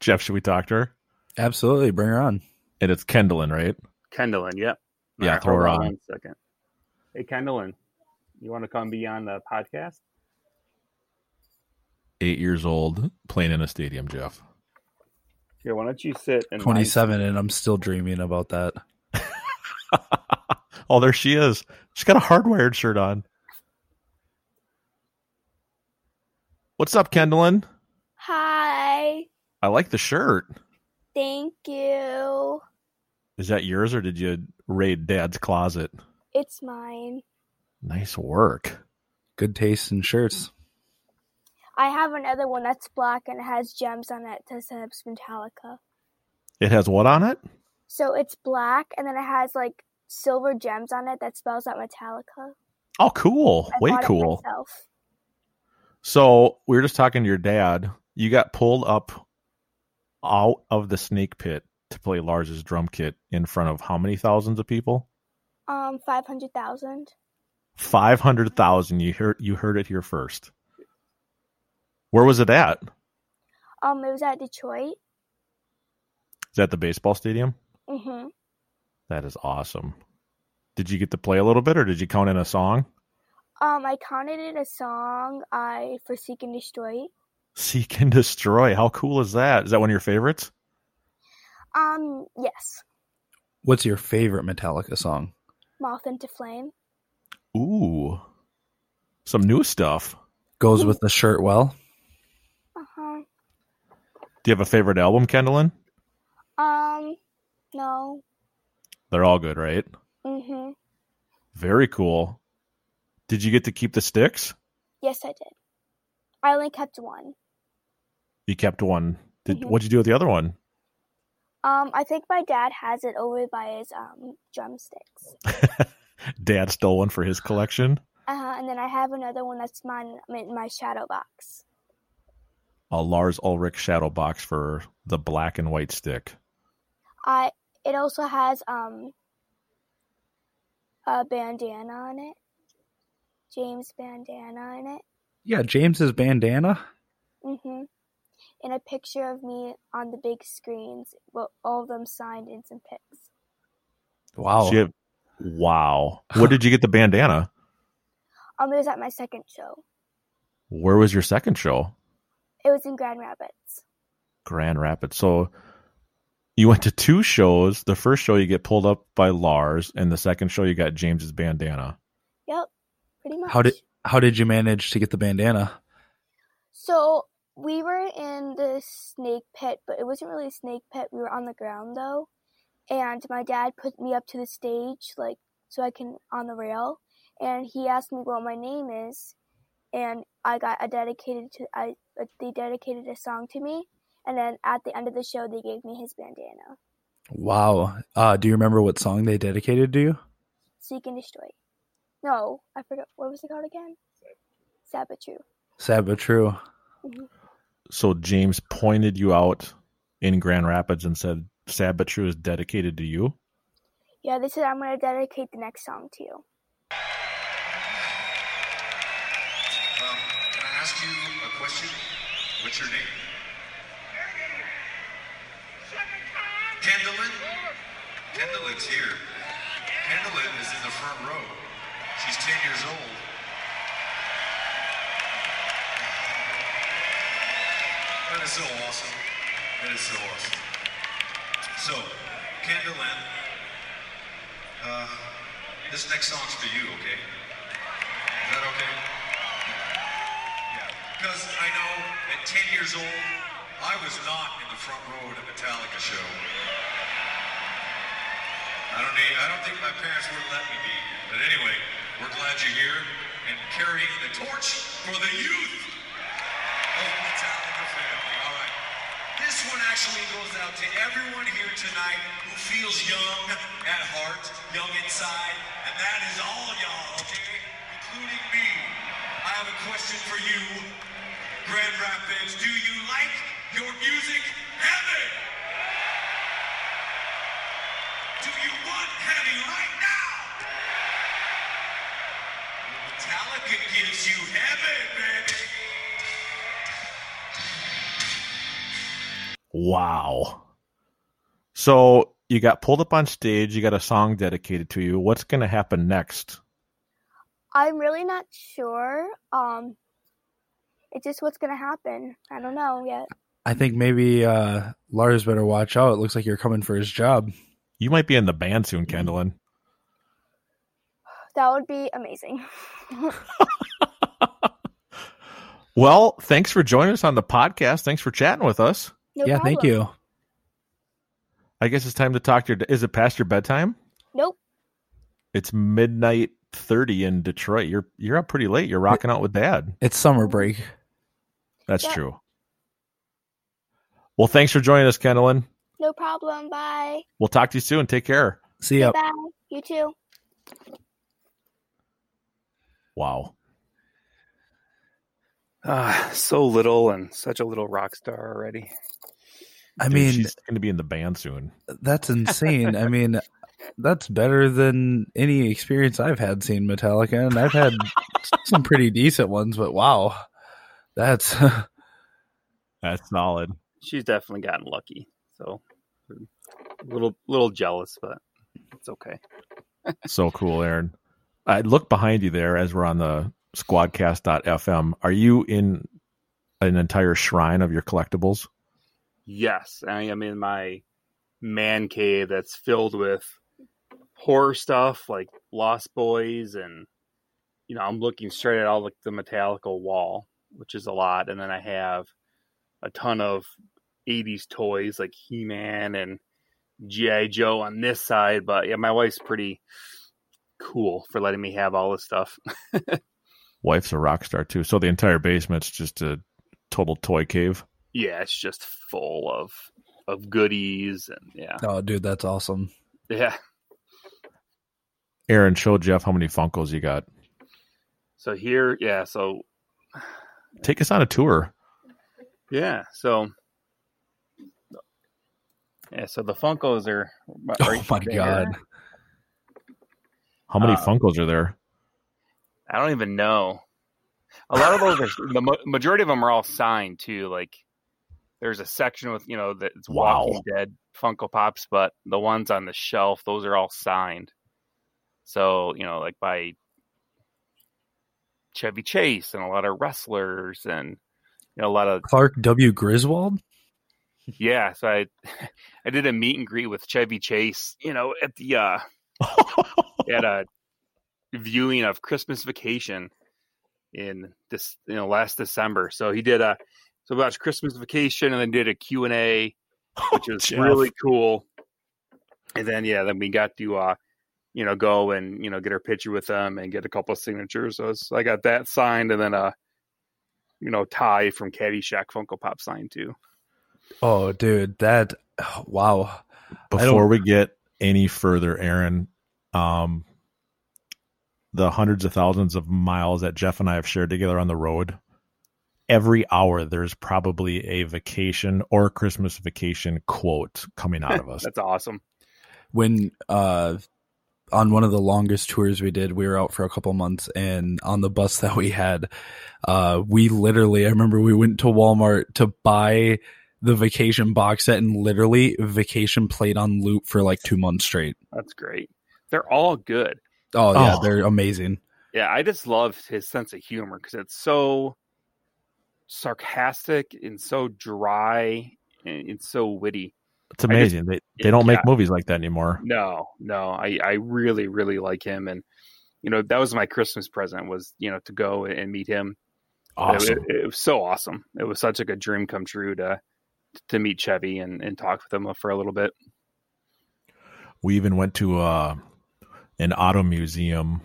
A: Jeff, should we talk to her?
B: Absolutely. Bring her on.
A: And it's Kendallin, right?
H: Kendallin, yep.
A: Yeah,
H: Alright,
A: throw
H: hold
A: her on.
H: One second. Hey, Kendallin, you want to come be on the podcast?
A: Eight years old, playing in a stadium, Jeff.
H: Here, why don't you sit and
B: 27, and I'm still dreaming about that.
A: oh, there she is. She's got a hardwired shirt on. What's up, Kendallin?
G: Hi.
A: I like the shirt.
G: Thank you.
A: Is that yours or did you raid dad's closet?
G: It's mine.
A: Nice work.
B: Good taste in shirts.
G: I have another one that's black and it has gems on it that says Metallica.
A: It has what on it?
G: So it's black and then it has like silver gems on it that spells out Metallica.
A: Oh, cool.
G: I
A: Way
G: bought it
A: cool.
G: myself.
A: So we were just talking to your dad. You got pulled up out of the snake pit to play Lars's drum kit in front of how many thousands of people?
G: Um, five hundred thousand.
A: Five hundred thousand. You heard you heard it here first. Where was it at? Is
G: Um, it was at Detroit.
A: that the baseball stadium?
G: Mhm.
A: That is awesome. Did you get to play a little bit, or did you count in a song? (laughs)
G: Um, I counted it a song. I for Seek and Destroy.
A: Seek and destroy. How cool is that? Is that one of your favorites?
G: Um, yes,
B: What's your favorite Metallica song?
G: Moth into Flame.
A: Ooh, some new stuff.
B: Goes with the shirt well.
G: Uh huh.
A: Do you have a favorite album, Kendallin?
G: Um, no.
A: They're all good, right?
G: Mhm.
A: Very cool. Did you get to keep the sticks?
G: Yes, I did. I only kept one.
A: You kept one. Did
G: Mhm.
A: what'd you do with the other one?
G: Um, I think my dad has it over by his um drumsticks.
A: Dad stole one for his collection.
G: Uh, and then I have another one that's mine in my shadow box.
A: A Lars Ulrich shadow box for the black and white stick.
G: I it also has um a bandana on it. James bandana on it.
B: Yeah, James's bandana.
G: Mhm. And a picture of me on the big screens, but all of them signed in some pics.
B: Wow.
A: So you have- wow. Where did you get the bandana?
G: Um, it was at my second show.
A: Where was your second show?
G: It was in Grand Rapids.
A: Grand Rapids. So you went to two shows. The first show you get pulled up by Lars, and the second show you got James's bandana.
G: Yep, pretty much.
B: How did how did you manage to get the bandana?
G: So we were in the snake pit, but it wasn't really a snake pit. We were on the ground though, and my dad put me up to the stage, like so I can on the rail, and he asked me what my name is, and I got a dedicated to I uh, they dedicated a song to me, and then at the end of the show they gave me his bandana,
B: Wow. Uh, do you remember what song they dedicated to you?
G: Seek and Destroy. No, I forgot what was it called again. Sabatru.
B: Sad but true.
A: So James pointed you out in Grand Rapids and said, "Sad but true is dedicated to you."
G: Yeah, they said I'm gonna dedicate the next song to you.
F: Um, can I ask you a question? What's your name? Kendallin? Kendallin's here. Kendallin is in the front row. She's 10 years old. That is so awesome. That is so awesome. So, Kendallin, uh, this next song's for you, okay? Is that okay? Because I know at 10 years old, I was not in the front row at a Metallica show. I don't need, I don't think my parents would let me be. But anyway, we're glad you're here and carrying the torch for the youth of the Metallica family. All right. This one actually goes out to everyone here tonight who feels young at heart, young inside, and that is all y'all, okay? Including me. I have a question for you, Grand Rapids. Do you like your music heavy? Do you want heavy right now? Metallica gives you heavy, baby.
A: Wow. So you got pulled up on stage. You got a song dedicated to you. What's going to happen next?
G: I'm really not sure. Um, it's just what's gonna happen. I don't know yet.
B: I think maybe uh, Lars better watch out. It looks like you're coming for his job.
A: You might be in the band soon, Kendallin.
G: That would be amazing. (laughs)
A: Well, thanks for joining us on the podcast. Thanks for chatting with us.
G: No
B: yeah, thank
G: problem.
B: you.
A: I guess it's time to talk to your. Is it past your bedtime?
G: Nope.
A: It's midnight thirty in Detroit. You're you're up pretty late. You're rocking out with Dad.
B: It's summer break.
A: That's
G: Yeah.
A: true. Well, thanks for joining us, Kendallin.
G: No problem. Bye.
A: We'll talk to you soon. Take care.
B: See ya.
G: Bye. You too.
A: Wow.
H: Ah, so little and such a little rock star already.
B: I
A: Dude,
B: mean,
A: she's going to be in the band soon.
B: that's insane. I mean, that's better than any experience I've had seeing Metallica, and I've
G: (laughs)
B: had some pretty decent ones, but wow, that's (laughs)
A: That's solid.
H: She's definitely gotten lucky. So a little little jealous, but it's okay.
A: So cool, Aaron. I look behind you there as we're on the squadcast.fm. Are you in an entire shrine of your collectibles?
H: Yes, I am in my man cave that's filled with horror stuff like Lost Boys and you know, I'm looking straight at all like the Metallica wall, which is a lot, and then I have a ton of 80s toys like He-Man and GI Joe on this side, but yeah, my wife's pretty cool for letting me have all this stuff. (laughs)
A: Wife's a rock star too. So the entire basement's just a total toy cave.
H: yeah, it's just full of of goodies and yeah.
B: oh, dude, that's awesome.
H: Yeah.
A: Aaron, show Jeff how many Funkos you got.
H: So here, yeah, so
A: Take us on a tour.
H: Yeah. So. Yeah. So the Funkos are. about
B: (laughs) Oh
H: right
B: my
H: there.
B: god,
A: How many
H: Uh,
A: Funkos are there?
H: I don't even know. A lot of those are the ma- majority of them are all signed too. Like, there's a section with you know that it's
A: Wow.
H: Walking Dead Funko Pops, but the ones on the shelf, those are all signed. So you know, like by Chevy Chase and a lot of wrestlers and you know a lot of
B: Clark W. Griswold.
H: Yeah, so I (laughs) I did a meet and greet with Chevy Chase, you know, at the uh at a viewing of Christmas Vacation in this you know last December. So he did a so we watched Christmas Vacation and then did a Q&A which was
A: Oh, Jeff.
H: really cool. And then yeah, then we got to uh you know go and you know get our picture with them and get a couple of signatures. So it's, I got that signed and then a you know tie from Caddyshack Funko Pop signed too.
B: Oh, dude, that oh, wow.
A: Before we get any further, Aaron, um, the hundreds of thousands of miles that Jeff and I have shared together on the road, every hour there's probably a vacation or Christmas vacation quote coming out
H: (laughs)
A: of us.
H: That's awesome.
B: when uh on one of the longest tours we did, we were out for a couple months and on the bus that we had, uh we literally I remember we went to Walmart to buy the vacation box set and literally vacation played on loop for like two months straight.
H: That's great. They're all good.
B: Oh yeah,
A: Oh.
B: they're amazing.
H: Yeah, I just love his sense of humor because it's so sarcastic and so dry and it's so witty.
A: It's amazing. they they don't make movies like that anymore.
H: No, no, I I really really like him, and you know that was my Christmas present was you know to go and meet him. It-
A: Awesome.
H: It, it was so awesome. It was such a good dream come true to to meet Chevy and and talk with him for a little bit.
A: We even went to uh, an auto museum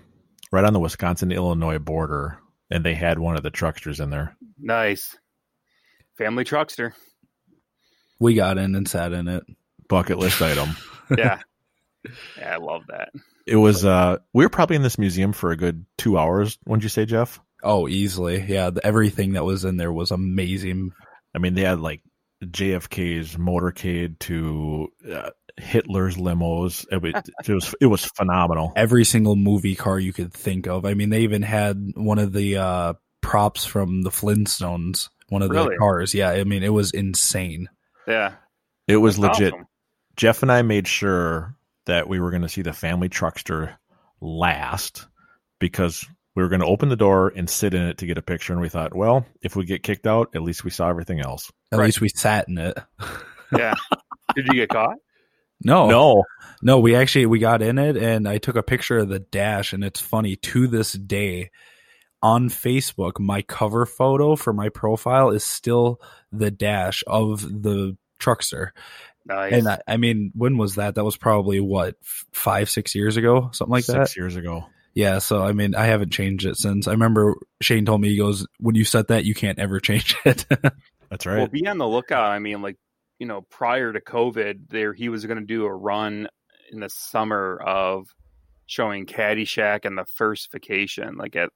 A: right on the Wisconsin Illinois border, and they had one of the trucksters in there.
H: Nice family truckster.
B: We got in and sat in it.
A: Bucket list item.
H: Yeah, yeah I love that.
A: It was uh we were probably in this museum for a good two hours, wouldn't you say, Jeff?
B: Oh, easily. Yeah, the, everything that was in there was amazing.
A: I mean, they had like JFK's motorcade to uh, Hitler's limos. It was, it was it was phenomenal.
B: every single movie car you could think of. I mean, they even had one of the uh, props from the Flintstones, one of
H: Really?
B: the cars. Yeah, I mean, it was insane.
H: Yeah,
A: It was
H: that's
A: legit.
H: awesome.
A: Jeff and I made sure that we were going to see the family truckster last because we were going to open the door and sit in it to get a picture. And we thought, well, if we get kicked out, at least we saw everything else.
B: At
H: Right.
B: least we sat in it.
H: Yeah. Did you
A: (laughs)
H: get caught?
B: No,
A: No,
B: no, we actually we got in it, and I took a picture of the dash, and it's funny to this day. On Facebook, my cover photo for my profile is still the dash of the truckster.
H: Nice.
B: And I, I mean, when was that? That was probably what f- five, six years ago, something like
A: six
B: that.
A: years ago.
B: Yeah, so I mean, I haven't changed it since. I remember Shane told me he goes, "When you set that, you can't ever change it." (laughs)
A: That's
H: Well,
A: right.
H: be on the lookout. I mean, like you know, prior to COVID, there he was going to do a run in the summer of showing Caddyshack and the first vacation, like at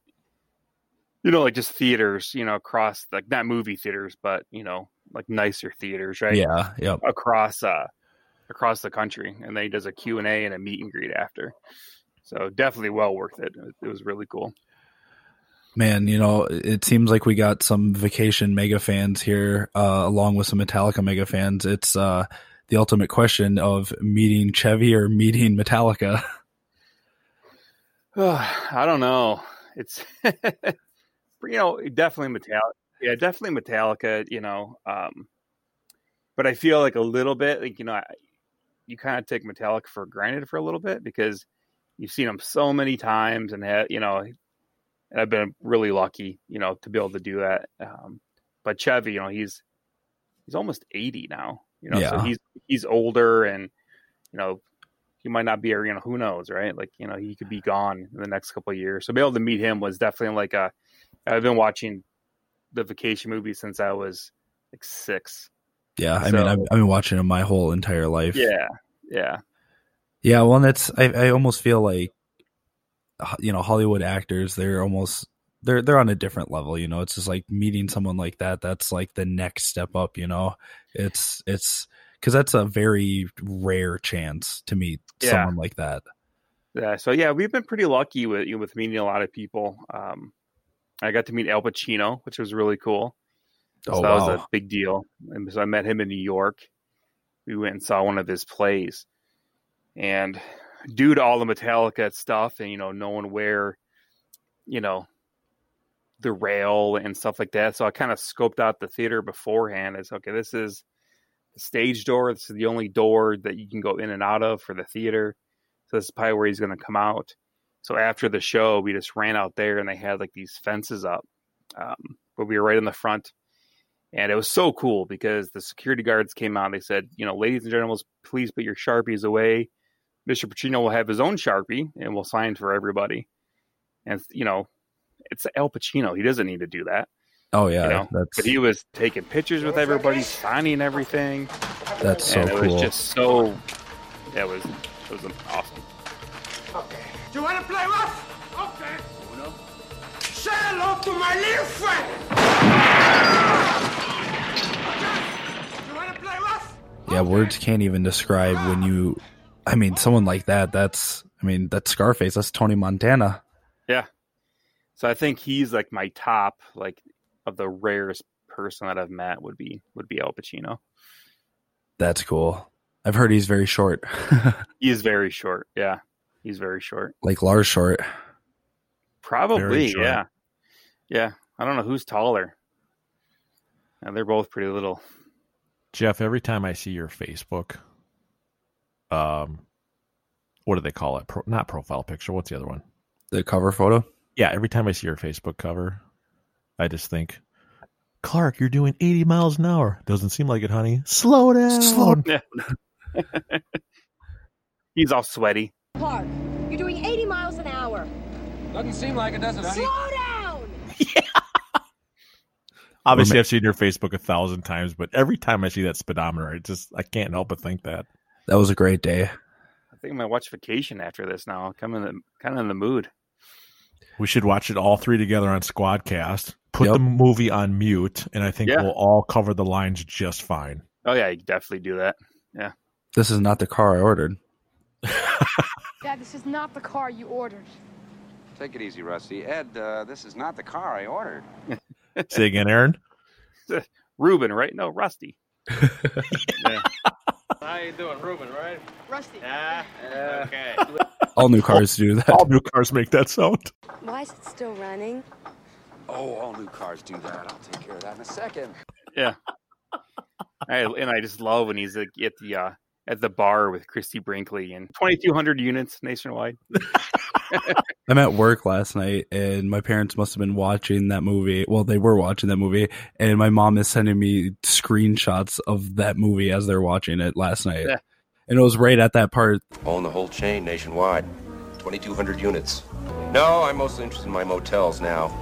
H: you know, like just theaters, you know, across like not movie theaters, but you know, like nicer theaters, right?
B: Yeah. Yep.
H: Across uh across the country. And then he does a Q and A and a meet and greet after. So definitely well worth it. It- It was really cool.
B: Man, you know, it seems like we got some vacation mega fans here, uh, along with some Metallica mega fans. It's uh, the ultimate question of meeting Chevy or meeting Metallica. (laughs)
H: (sighs) I don't know. It's (laughs) you know, definitely Metallica. Yeah, definitely Metallica, you know. Um but I feel like a little bit like you know, I, you kind of take Metallica for granted for a little bit because you've seen them so many times and have, you know, and I've been really lucky, you know, to be able to do that. Um but Chevy, you know, he's he's almost 80 now, you know. So
B: Yeah.
H: he's he's older and you know, he might not be here, you know, who knows, right? Like, you know, he could be gone in the next couple of years. So being able to meet him was definitely like a I've been watching the vacation movie since I was like six.
B: Yeah, I
H: So-
B: mean, I've, I've been watching him my whole entire life.
H: Yeah. Yeah.
B: Yeah, well, and that's I, I almost feel like ho- you know Hollywood actors they're almost they're they're on a different level. You know, it's just like meeting someone like that. That's like the next step up. You know, it's it's because that's a very rare chance to meet
H: Yeah.
B: someone like that.
H: Yeah. So yeah, we've been pretty lucky with you know, with meeting a lot of people. Um I got to meet Al Pacino, which was really cool. So
B: Oh,
H: that was a
B: wow.
H: big deal. And so I met him in New York. We went and saw one of his plays. And due to all the Metallica stuff and, you know, knowing where, you know, the rail and stuff like that. So I kind of scoped out the theater beforehand. It's okay, this is the stage door. This is the only door that you can go in and out of for the theater. So this is probably where he's going to come out. So after the show, we just ran out there and they had like these fences up. Um, but we were right in the front. And it was so cool because the security guards came out. They said, you know, ladies and gentlemen, please put your Sharpies away. Mr. Pacino will have his own Sharpie and will sign for everybody. And, you know, it's Al Pacino. He doesn't need to do that.
B: Oh yeah,
H: you know,
B: that's
H: But he was taking pictures with everybody, signing everything.
B: that's so
H: and it
B: cool.
H: was just so, it was, it was awesome.
E: Do you want to play rough? Okay. Say hello to my little friend. Do you want to play rough?
B: yeah, words can't even describe when you. I mean, someone like that. That's I mean, that's Scarface. That's Tony Montana.
H: So I think he's like my top, like of the rarest person that I've met would be, would be Al Pacino.
B: That's cool. I've heard he's very short, (laughs)
H: He is very short. Yeah. He's very short.
B: like Lars Short.
H: Probably,
A: short.
H: yeah. Yeah. I don't know who's taller. Yeah, they're both pretty little.
A: Jeff, every time I see your Facebook, um, what do they call it? Pro, not profile picture. What's the other one?
B: The cover photo.
A: Yeah, every time I see your Facebook cover, I just think, Clark, you're doing 80 miles an hour. Doesn't seem like it, honey. Slow down.
B: Slow
H: He's all sweaty.
I: Clark, you're doing 80 miles an hour.
D: Doesn't seem like it, does it,
I: Slow down!
A: Obviously, I've seen your Facebook a thousand times, but every time I see that speedometer, I just I can't help but think that.
B: That was a great day.
H: I think I might watch Vacation after this now. I'm in the, kind of in the mood.
A: We should watch it all three together on Squadcast. Put
B: Yep.
A: the movie on mute, and I think
H: Yeah.
A: we'll all cover the lines just (laughs) fine.
H: Oh yeah, you could definitely do that.
B: This is not the car I ordered.
I: Dad, this is not the car you ordered.
D: Take it easy, Rusty. Ed, uh, this is not the car I ordered.
A: Say again, Aaron.
H: Ruben, right? No, Rusty. Yeah.
E: How you doing, Ruben, right?
I: Rusty.
E: Yeah. Okay.
B: All new cars do
H: (laughs)
B: that.
A: All new cars make that sound.
I: Why is it still running?
D: (laughs) Oh, all new cars do that. I'll take care of that in a second.
H: I, and I just love when he's like, at the uh, at the bar with Christy Brinkley and 2,200 units nationwide.
B: I'm at work last night, and my parents must have been watching that movie. Well, they were watching that movie, and my mom is sending me screenshots of that movie as they're watching it last night.
H: Yeah.
B: And it was right at that part.
J: Own the whole chain nationwide. 2,200 units. No, I'm mostly interested in my motels now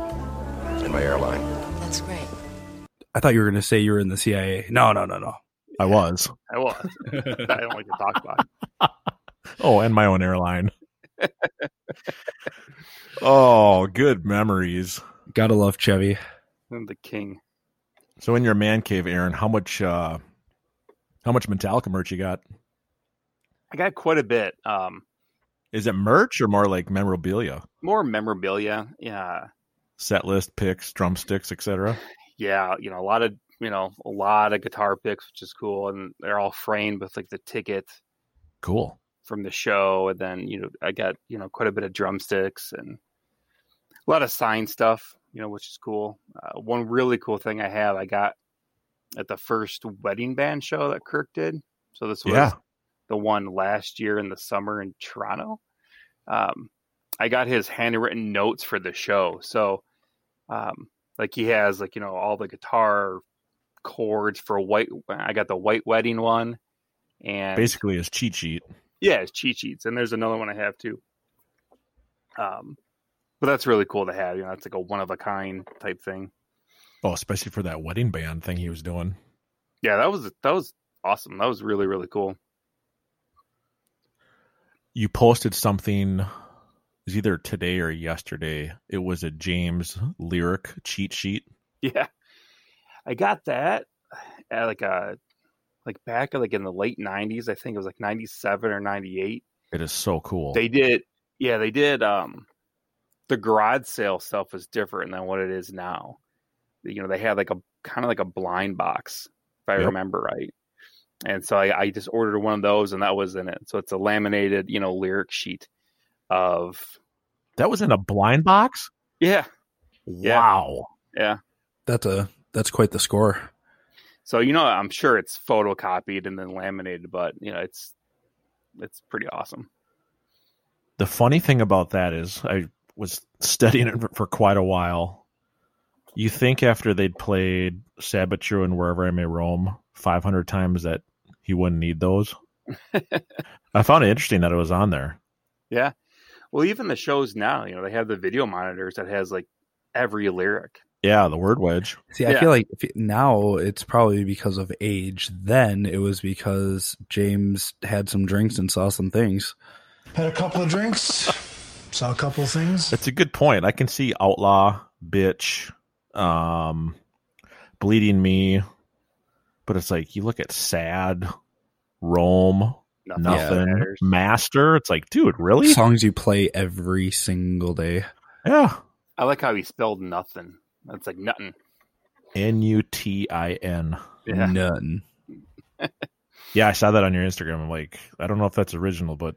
J: and my airline.
I: That's great.
B: I thought you were going to say you were in the CIA. No, no, no, no.
A: I was.
H: I will. I don't like to talk about. It.
A: Oh, and my (laughs) own airline. oh, good memories.
B: Gotta love Chevy.
H: I'm the king.
A: So in your man cave, Aaron, how much uh how much Metallica merch you got?
H: I got quite a bit. Um,
A: Is it merch or more like memorabilia?
H: more memorabilia. Yeah,
A: Set list, picks, drumsticks, etc.
H: yeah. You know, a lot of you know, a lot of guitar picks, which is cool, and they're all framed with like the ticket
A: Cool.
H: from the show, and then you know, I got you know quite a bit of drumsticks and a lot of sign stuff. You know, which is cool. Uh, one really cool thing I have, I got at the first wedding band show that Kirk did. So this was
A: Yeah.
H: the one last year in the summer in Toronto. Um, I got his handwritten notes for the show. So, um, like he has like you know all the guitar chords for white. I got the white wedding one, and
A: Basically, his cheat sheet.
H: yeah, it's cheat sheets, and there's another one I have too. Um, but that's really cool to have. You know, it's like a one of a kind type thing.
A: Oh, especially for that wedding band thing he was doing.
H: Yeah, that was that was awesome. That was really really cool. (laughs)
A: You posted something. It was either today or yesterday. It was a James lyric cheat sheet.
H: Yeah, I got that at like a like back like in the late '90s. I think it was like '97 or '98.
A: It is so cool.
H: They did, yeah, they did. Um, the garage sale stuff was different than what it is now. You know, they had like a kind of like a blind box, if I
A: Yep.
H: remember right. And so I, I just ordered one of those, and that was in it. So it's a laminated, you know, lyric sheet of
A: that was in a blind box.
H: yeah, Yeah.
A: Wow.
H: yeah.
B: That's a that's quite the score.
H: So you know, I'm sure it's photocopied and then laminated, but you know, it's it's pretty awesome.
A: The funny thing about that is, I was studying it for quite a while. You think after they'd played Sabatru and Wherever I May Roam 500 times that he wouldn't need
H: (laughs)
A: those? I found it interesting that it was on there.
H: Yeah. Well, even the shows now, you know, they have the video monitors that has like every lyric.
A: Yeah, the word wedge.
B: See, I
H: Yeah.
B: feel like if it- now it's probably because of age. Then it was because James had some drinks and saw some things.
K: Had a couple of drinks, saw a couple of things.
A: That's a good point. I can see outlaw, bitch, um, bleeding me, but it's like you look at sad, Rome,
H: Nothing.
A: nothing,
H: matters.
A: master. It's like, dude, really?
B: Songs you play every single day.
A: Yeah,
H: I like how he spelled nothing. That's like nothing.
A: N U T I N.
H: Yeah.
B: None.
A: Yeah, I saw that on your Instagram. I'm like, I don't know if that's original, but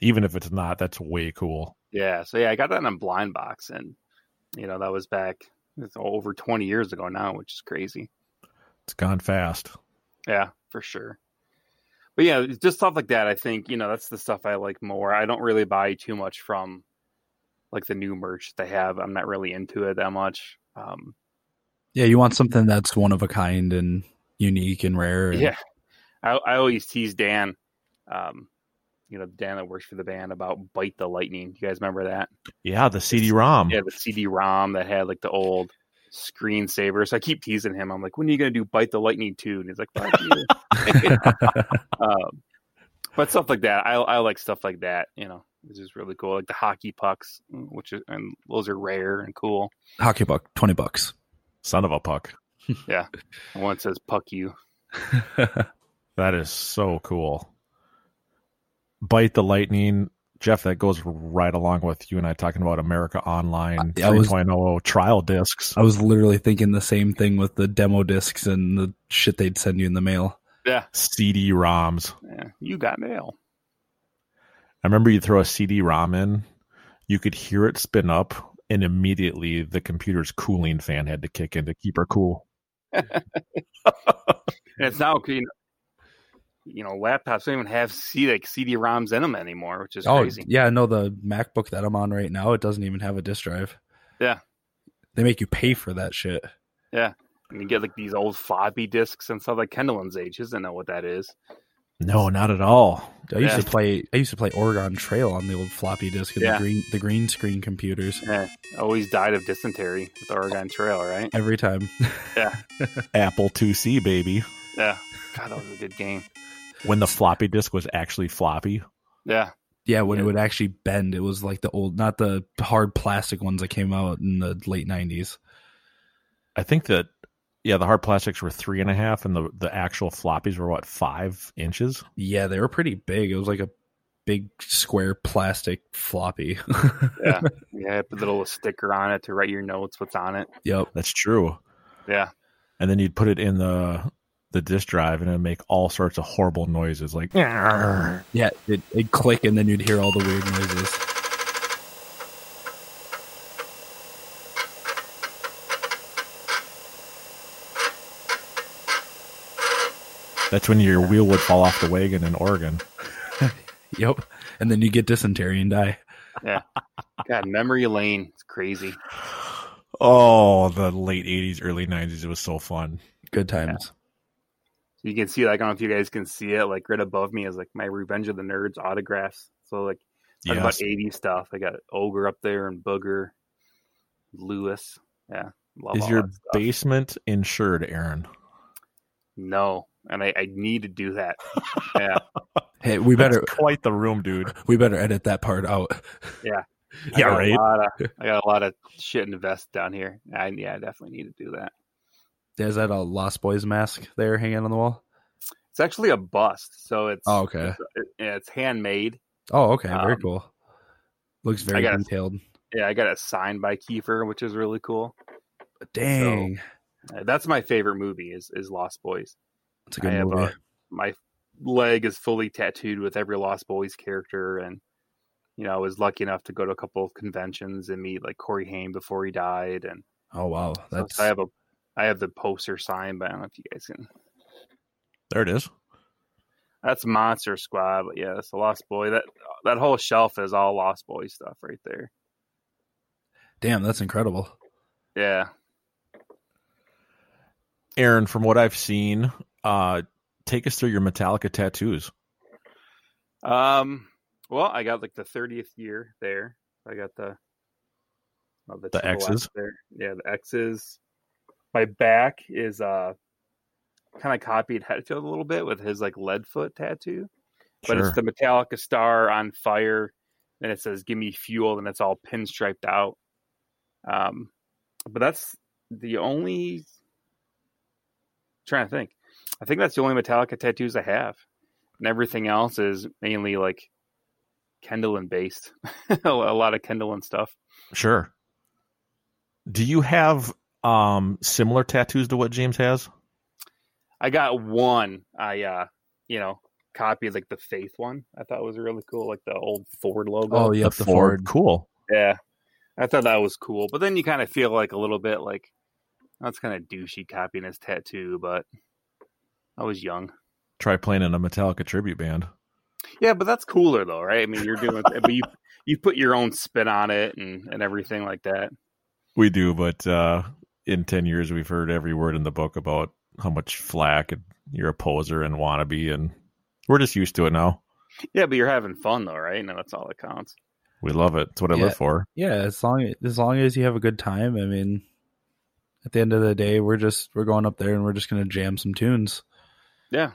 A: even if it's not, that's way cool.
H: Yeah. So yeah, I got that on Blind Box, and you know that was back it's over 20 years ago now, which is crazy.
A: It's gone fast.
H: Yeah, for sure. But yeah, it's just stuff like that. I think you know that's the stuff I like more. I don't really buy too much from like the new merch they have. I'm not really into it that much. Um,
B: Yeah, you want something that's one of a kind and unique and rare. and-
H: Yeah, I, I always tease Dan. Um, you know, Dan that works for the band about "Bite the Lightning." You guys remember that?
A: Yeah, the CD-ROM.
H: Yeah, the CD-ROM that had like the old screensaver. So I keep teasing him. I'm like, "When are you gonna do Bite the Lightning 2? And he's like, "Fuck you."
B: (laughs)
H: um, but stuff like that. I I like stuff like that. You know, it's just really cool. Like the hockey pucks, which is, and those are rare and cool.
B: Hockey buck, twenty bucks.
A: Son of a puck.
H: And One says "puck you."
A: That is so cool. Bite the lightning. Jeff, that goes right along with you and I talking about America Online
B: I- I was-
A: 3.0 trial discs.
B: I was literally thinking the same thing with the demo discs and the shit they'd send you in the mail.
A: CD ROMs.
H: Yeah, you got mail.
A: I remember you throw a CD ROM in, you could hear it spin up, and immediately the computer's cooling fan had to kick in to keep her cool.
H: And it's now you know, you know laptops don't even have C like CD-ROMs in them anymore, which is
B: Oh
H: crazy.
B: yeah, no, the MacBook that I'm on right now, it doesn't even have a disk drive.
H: Yeah.
B: They make you pay for that shit.
H: And you get like these old floppy disks and stuff. Like Kendallin's age, he doesn't know what that is.
A: No, not at all.
B: I used
H: Yeah.
B: to play I used to play Oregon Trail on the old floppy disk and
H: Yeah.
B: the green the green screen computers
H: Always died of dysentery with the Oregon Trail, right?
B: every time.
A: Apple IIc, baby.
H: Yeah. God, that was a good game.
A: When the floppy disk was actually floppy.
H: Yeah.
B: Yeah, when it would actually bend, it was like the old, not the hard plastic ones that came out in the late '90s.
A: I think that yeah, the hard plastics were three and a half, and the the actual floppies were what five inches.
B: Yeah, they were pretty big. It was like a big square plastic floppy. (laughs)
H: yeah, yeah. Put a little sticker on it to write your notes, what's on it.
B: Yep,
A: That's true.
H: Yeah,
A: And then you'd put it in the the disk drive, and it'd make all sorts of horrible noises, like (laughs) "Arr."
B: yeah. It would click, and then you'd hear all the weird noises.
A: that's when your wheel would fall off the wagon in Oregon.
B: Yep, and then you get dysentery and die.
H: yeah. God, memory lane. It's crazy.
A: Oh, the late '80s, early '90s. It was so fun.
B: Good times.
H: So you can see, like, I don't know if you guys can see it, like, right above me is like my Revenge of the Nerds autographs. So, like, talk about
A: Yes.
H: 80 stuff. I got Ogre up there and Booger, Lewis. Yeah. Love
A: Is
H: all
A: your
H: that stuff.
A: basement insured, Aaron?
H: No. And I, I need to do that. Yeah.
B: Hey, we better
A: That's quite the room, dude.
B: we better edit that part out.
H: Yeah.
A: Yeah,
H: I got
A: right?
H: A lot of, I got a lot of shit in the vest down here. I, yeah, I definitely need to do that.
B: Is that a Lost Boys mask there hanging on the wall?
H: It's actually a bust. So it's,
B: Oh, okay.
H: it, it's handmade.
B: Oh, okay. Very
H: Um,
B: cool. Looks very
H: gotta-
B: detailed.
H: Yeah, I got it signed by Kiefer, which is really cool.
B: Dang,
H: Uh, That's my favorite movie is is Lost Boys.
B: it's a
H: I
B: good
H: have
B: movie.
H: a, my leg is fully tattooed with every Lost Boys character, and you know I was lucky enough to go to a couple of conventions and meet like Corey Haim before he died, and
B: Oh wow,
H: so
B: that's
H: I have a I have the poster signed, but I don't know if you guys can.
A: There it is.
H: That's Monster Squad, but yeah, that's a Lost Boy. That that whole shelf is all Lost Boy stuff right there.
B: damn. That's incredible.
H: Yeah,
A: Aaron, from what I've seen, uh, take us through your Metallica tattoos.
H: Um. Well, I got like the thirtieth year there. I got the uh,
A: The
H: triple X
A: X's?
H: there. Yeah, the X's. My back is uh kind of copied Hetfield a little bit with his like lead foot tattoo, but it's the Metallica star on fire, and it says "Give me fuel," and it's all pinstriped out. Um, but that's the only. trying to think, I think that's the only Metallica tattoos I have and everything else is mainly like Kendall and based. (laughs) a lot of Kendall and stuff.
A: Sure. Do you have um similar tattoos to what James has?
H: I got one. I uh, you know, copied like the Faith one. I thought was really cool, like the old Ford logo.
B: Oh yeah, the, Ford.
A: Cool.
H: yeah, I thought that was cool. But then you kind of feel like a little bit like that's kind of douchey copying his tattoo. But I was young.
A: Try playing in a Metallica tribute band.
H: Yeah, but that's cooler though, right? I mean, you're doing, but you you put your own spin on it and and everything like that.
A: We do, but uh in ten years we've heard every word in the book about how much flack and you're a poser and wannabe and we're just used to it now.
H: Yeah, but you're having fun though, right? And that's all that counts.
A: We love it. It's what I
B: Yeah.
A: live for.
B: Yeah, as long as long as you have a good time. I mean, at the end of the day, we're just we're going up there and we're just gonna jam some tunes.
H: Yeah.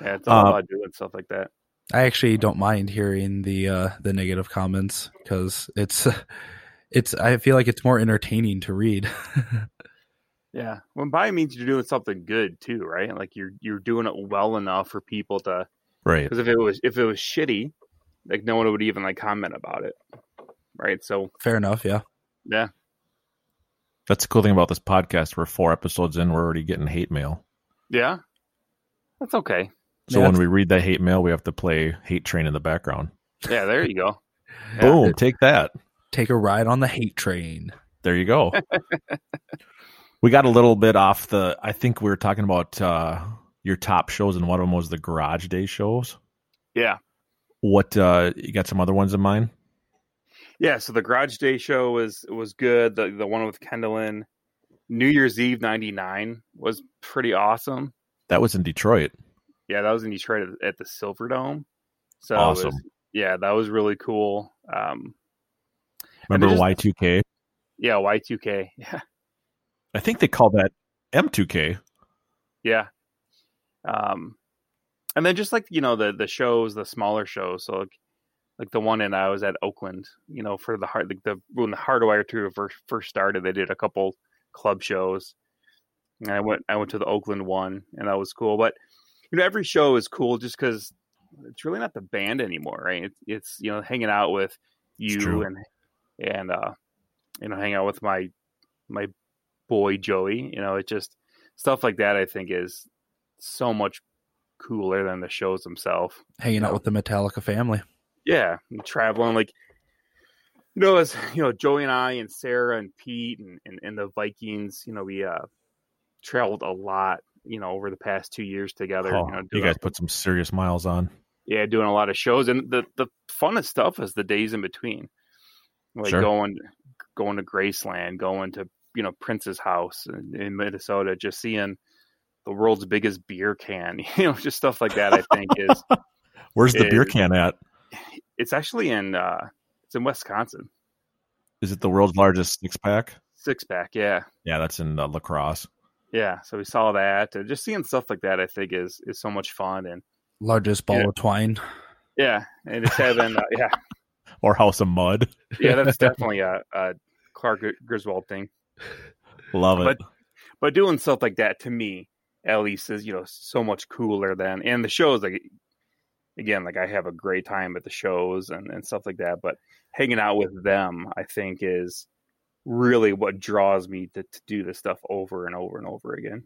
H: Yeah, it's all
A: Uh,
H: about doing stuff like that.
B: I actually don't mind hearing the uh the negative comments because it's (laughs) it's I feel like it's more entertaining to read. (laughs)
H: Yeah. When by means you're doing something good too, right? Like you're you're doing it well enough for people to
A: Right.
H: because if it was if it was shitty, like no one would even like comment about it. Right? So
B: Fair enough. Yeah.
H: yeah.
A: That's the cool thing about this podcast. We're four episodes in, we're already getting hate mail.
H: Yeah. That's okay.
A: So
B: Yeah,
A: when we read that hate mail, we have to play hate train in the background.
H: Yeah, there you go. Yeah.
A: Boom, take that.
B: Take a ride on the hate train.
A: There you
H: (laughs)
A: go. we got a little bit off the. I think we were talking about uh, your top shows, and one of them was the Garage Day shows.
H: Yeah.
A: What uh, you got? Some other ones in mind?
H: (laughs) Yeah, so the Garage Day show was was good. The the one with Kendall in New Year's Eve '99 was pretty awesome.
A: That was in Detroit.
H: yeah, that was in Detroit at, at the Silver Dome. So it
A: Awesome.
H: was- yeah, that was really cool. Um,
A: Remember
H: just-
A: Y two K?
H: yeah, Y two K. (laughs) Yeah,
A: I think they call that M two K.
H: yeah. Um, and then just like you know the the shows, the smaller shows. So like, like the one in I was at Oakland, you know, for the hard like the when the Hardwire tour first first started, they did a couple club shows, and I went I went to the Oakland one, and that was cool. But you know, every show is cool just because it's really not the band anymore, right? It's, it's you know hanging out with you
A: true.
H: and and uh you know hang out with my my boy Joey. You know, it just stuff like that. I think is so much cooler than the shows themselves.
B: Hanging out with the Metallica family.
H: Yeah, and traveling like you know, as you know, Joey and I and Sarah and Pete and, and, and the Vikings, you know, we uh traveled a lot, you know, over the past two years together.
A: Oh,
H: you know,
A: you
H: doing-
A: guys put some serious miles on.
H: yeah, doing a lot of shows, and the the funnest stuff is the days in between, like
A: Sure.
H: going going to Graceland, going to you know Prince's house in, in Minnesota, just seeing the world's biggest beer can, (laughs) you know, just stuff like that. I think is
A: Where's the beer
H: is-
A: can at?
H: It's actually in uh, it's in Wisconsin,
A: Is it the world's largest six pack?
H: six pack, yeah,
A: Yeah, that's in uh, lacrosse.
H: yeah. So we saw that, and just seeing stuff like that, I think is is so much fun, and
B: Largest ball
H: Yeah.
B: of twine.
H: yeah, and it's having uh, yeah,
A: Or House of Mud.
H: yeah, that's definitely a, a Clark Griswold thing.
A: Love it.
H: but but doing stuff like that to me at least is you know so much cooler than and the shows like again like i have a great time at the shows and, and stuff like that but hanging out with them i think is really what draws me to, to do this stuff over and over and over again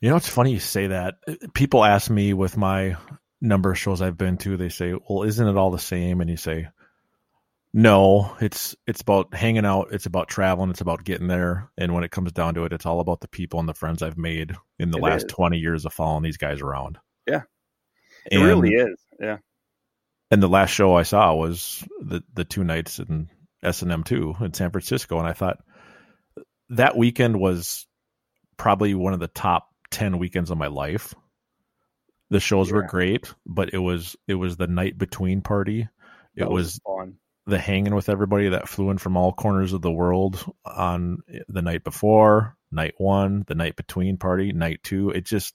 A: You know, it's funny you say that. Uh, People ask me with my number of shows I've been to, they say, "Well, isn't it all the same?" And you say, "No, it's it's about hanging out, it's about traveling, it's about getting there, and when it comes down to it, it's all about the people and the friends I've made in the
H: It
A: last
H: is.
A: 20 years of following these guys around."
H: Yeah. it
A: And,
H: really is yeah
A: And the last show I saw was the the two nights in S&M2 in San Francisco and I thought that weekend was probably one of the top 10 weekends of my life. The shows were
H: Yeah.
A: great, but it was it was the night between party. It
H: That
A: was
H: fun
A: the hanging with everybody that flew in from all corners of the world on the night before, night 1, the night between party, night 2. It just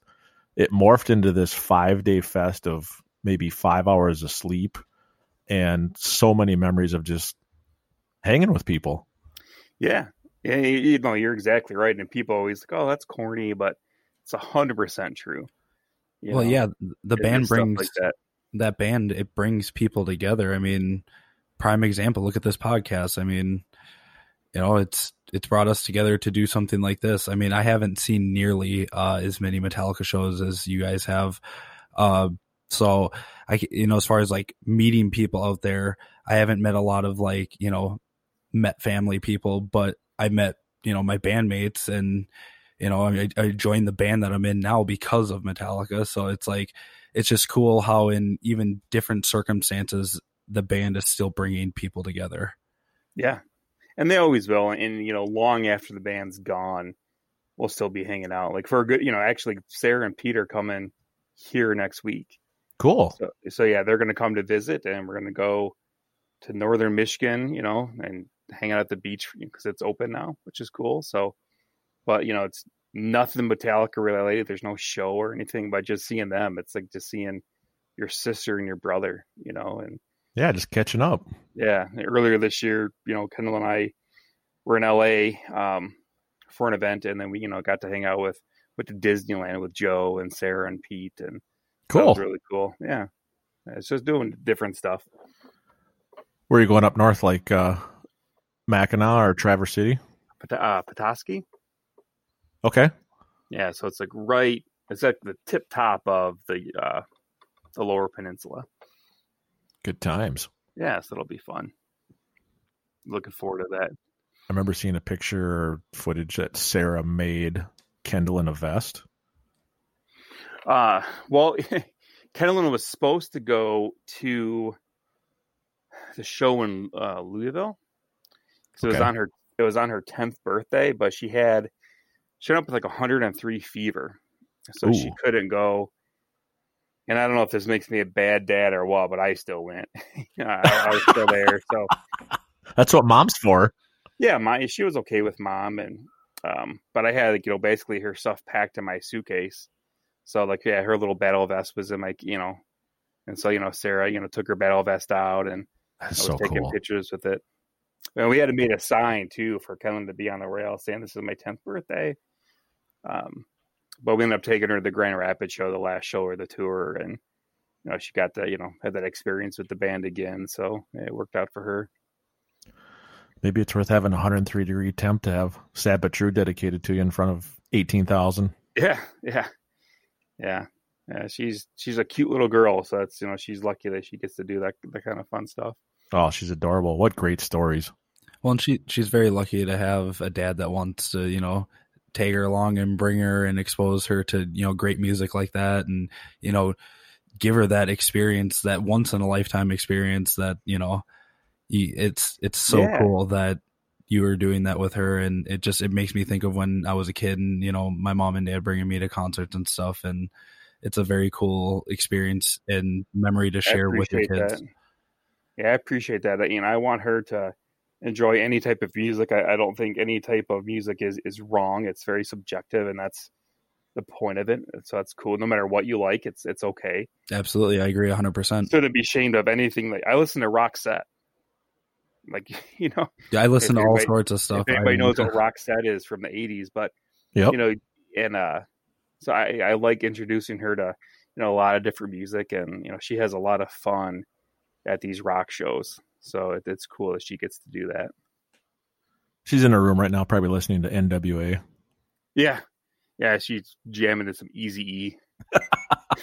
A: it morphed into this 5-day fest of maybe 5 hours of sleep and so many memories of just hanging with people.
H: Yeah. Yeah, you, you know, you're exactly right. And people always like, oh, that's corny, but it's 100% true. You
B: well,
H: know,
B: yeah, the
H: it-
B: band
H: it's stuff
B: brings
H: like that.
B: that band it brings people together i mean prime example look at this podcast i mean you know it's it's brought us together to do something like this i mean i haven't seen nearly uh as many metallica shows as you guys have uh so i c- you know as far as like meeting people out there i haven't met a lot of like you know met family people but i met you know my bandmates and you know i, I joined the band that i'm in now because of metallica so it's like it's just cool how in even different circumstances the band is still bringing people together
H: Yeah. And they always will. And, you know, long after the band's gone, we'll still be hanging out. Like for a good, you know, actually, Sarah and Peter come in here next week.
A: Cool.
H: So, so yeah, they're going to come to visit and we're going to go to northern Michigan, you know, and hang out at the beach because it's open now, which is cool. So, but you know, it's nothing Metallica related. There's no show or anything, but just seeing them, it's like just seeing your sister and your brother, you know, and
A: Yeah, just catching up.
H: yeah, earlier this year, you know, Kendall and I were in LA um, for an event, and then we, you know, got to hang out with with the Disneyland with Joe and Sarah and Pete, and that
A: Cool.
H: was really cool. Yeah, it's just doing different stuff.
A: Where you going up north like uh Mackinac or Traverse City?
H: Pat- uh, Petoskey,
A: Okay.
H: yeah, so it's like right, it's at the tip top of the uh, the Lower Peninsula.
A: Good times.
H: Yeah, so it'll be fun. Looking forward to that.
A: I remember seeing a picture or footage that Sarah made Kendall in a vest.
H: Uh, well, (laughs) Kendallin was supposed to go to the show in uh, Louisville. 'Cause it was
A: Okay.
H: on her it was on her tenth birthday, but she had she went up with like hundred and three fever, so she
A: Ooh.
H: couldn't go. And I don't know if this makes me a bad dad or what, but I still went. (laughs) I, I was still there, so
A: That's what mom's for.
H: yeah, my she was okay with mom and um but I had like, you know basically her stuff packed in my suitcase. So like yeah, her little battle vest was in my you know, and so you know Sarah you know took her battle vest out and
A: That's
H: I
A: so
H: was taking
A: cool.
H: pictures with it. And we had to made a sign too for Kellen to be on the rail saying this is my tenth birthday. Um, but we ended up taking her to the Grand Rapids show, the last show or the tour, and you know she got to you know had that experience with the band again, so it worked out for her.
A: Maybe it's worth having a 103 degree temp to have sad but true dedicated to you in front of 18,000.
H: Yeah, yeah, yeah, yeah. She's she's a cute little girl, so that's you know she's lucky that she gets to do that that kind of fun stuff.
A: Oh, she's adorable. What great stories.
B: Well, and she she's very lucky to have a dad that wants to, you know, take her along and bring her and expose her to, you know, great music like that and, you know, give her that experience, that once in a lifetime experience that, you know, you, it's it's so
H: Yeah.
B: cool that you were doing that with her and it just it makes me think of when I was a kid and, you know, my mom and dad bringing me to concerts and stuff and it's a very cool experience and memory to
H: I
B: share with your
H: appreciate
B: kids.
H: That. Yeah, I appreciate that. You know, I want her to enjoy any type of music. I, I don't think any type of music is is wrong. It's very subjective, and that's the point of it. So that's cool. No matter what you like, it's it's okay.
B: Absolutely, I agree 100%.
H: So to be ashamed of anything, like I listen to Roxette. Like (laughs) you know,
B: Yeah, I listen
H: if
B: to all
H: anybody-
B: sorts of stuff.
H: If anybody
B: I- (laughs)
H: knows what Roxette is from the '80s, but
A: Yep.
H: you know, and uh, so I, I like introducing her to you know a lot of different music, and you know she has a lot of fun at these rock shows. So it, it's cool that she gets to do that.
A: She's in her room right now, probably listening to NWA.
H: Yeah, yeah, she's jamming to some Easy
B: (laughs)
H: (laughs) E.
A: (laughs)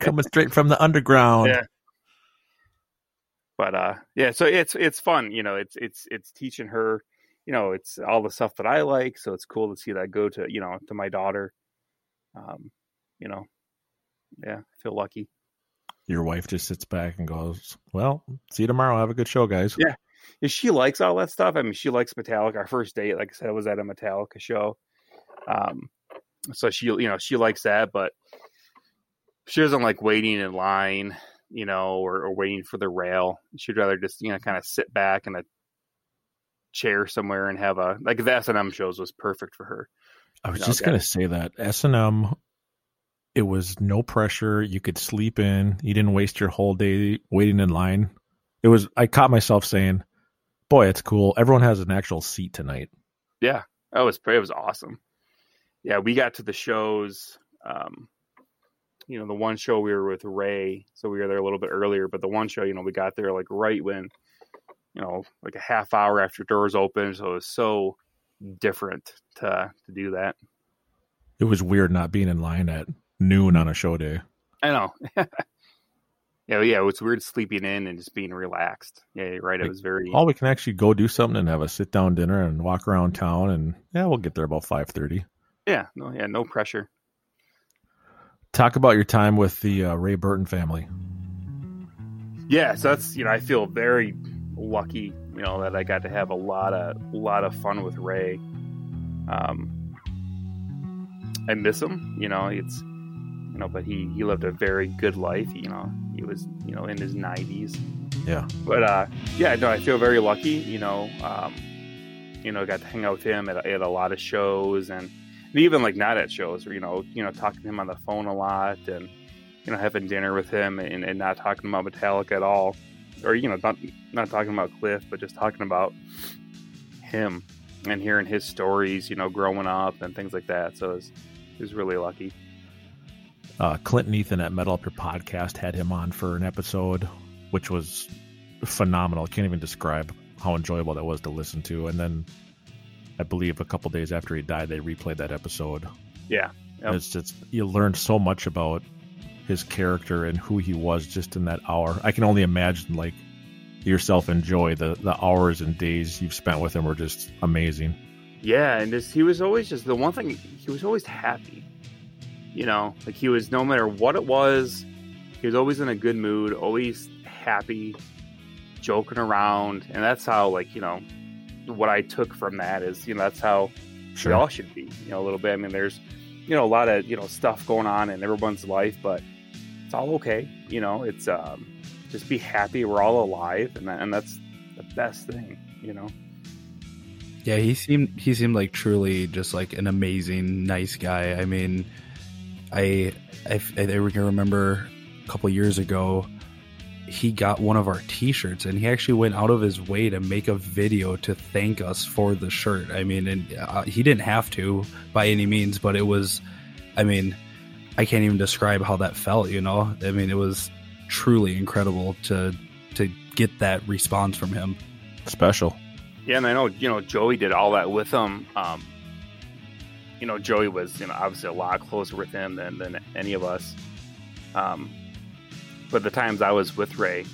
A: Coming straight from the underground.
H: Yeah. but uh yeah so it's it's fun you know it's it's it's teaching her you know it's all the stuff that i like so it's cool to see that go to you know to my daughter um you know yeah i feel lucky
A: Your wife just sits back and goes, Well, see you tomorrow. Have a good show, guys.
H: yeah Yeah, she likes all that stuff i mean she likes metallica our first date like i said was at a metallica show um so she you know she likes that but she doesn't like waiting in line you know or, or waiting for the rail she'd rather just you know kind of sit back in a chair somewhere and have a like the s&m shows was perfect for her
A: I was
H: No,
A: just
H: got
A: gonna
H: it.
A: say that S and M, it was no pressure. You could sleep in. You didn't waste your whole day waiting in line. It was. I caught myself saying, "Boy, it's cool. Everyone has an actual seat tonight."
H: Yeah, that was Oh, it was awesome. Yeah, we got to the shows. Um, you know, the one show we were with Ray, so we were there a little bit earlier. But the one show, you know, we got there like right when, you know, like a half hour after doors open. So it was so different to to do that.
A: It was weird not being in line at noon on a show day.
H: I know. (laughs) yeah, yeah, it's weird sleeping in and just being relaxed. Yeah, you're right. It was very.
A: Oh, we can actually go do something and have a sit down dinner and walk around town, and yeah, we'll get there about five thirty.
H: Yeah, no, yeah, no pressure.
A: Talk about your time with the uh, Ray Burton family.
H: yeah, so that's you know I feel very lucky, you know, that I got to have a lot of lot of fun with Ray. Um, I miss him, you know. It's you know, but he he lived a very good life. You know, he was you know in his nineties
A: Yeah,
H: but uh, yeah, no, I feel very lucky. You know, um, you know, got to hang out with him at, at a lot of shows, and, and even like not at shows, or you know, you know, talking to him on the phone a lot, and you know, having dinner with him, and, and not talking about Metallica at all, or you know, not not talking about Cliff, but just talking about him and hearing his stories, you know, growing up and things like that. So it was, it was really lucky.
A: uh, Clinton Ethan at Metal Up Your Podcast had him on for an episode, which was phenomenal. I can't even describe how enjoyable that was to listen to. And then I believe a couple days after he died, they replayed that episode.
H: Yeah. Yep.
A: It's just, you learn so much about his character and who he was just in that hour. I can only imagine, like, yourself enjoy the, the hours and days you've spent with him were just amazing.
H: Yeah, and just he was always just the one thing he was always happy. You know, like he was no matter what it was, he was always in a good mood, always happy, joking around, and that's how like, you know, what I took from that is, you know, that's how
A: Sure.
H: we all should be, you know, a little bit. I mean, there's, you know, a lot of, you know, stuff going on in everyone's life, but it's all okay. You know, it's um just be happy we're all alive and that, and that's the best thing, you know.
B: Yeah, he seemed he seemed like truly just like an amazing nice guy. I mean, I, I, I remember a couple years ago, he got one of our T-shirts, and he actually went out of his way to make a video to thank us for the shirt. I mean, and uh, he didn't have to by any means, but it was, I mean, I can't even describe how that felt. You know, I mean, it was truly incredible to to get that response from him.
A: Special.
H: Yeah, and I know you know Joey did all that with him. Um, you know, Joey was you know obviously a lot closer with him than than any of us. Um, but the times I was with Ray,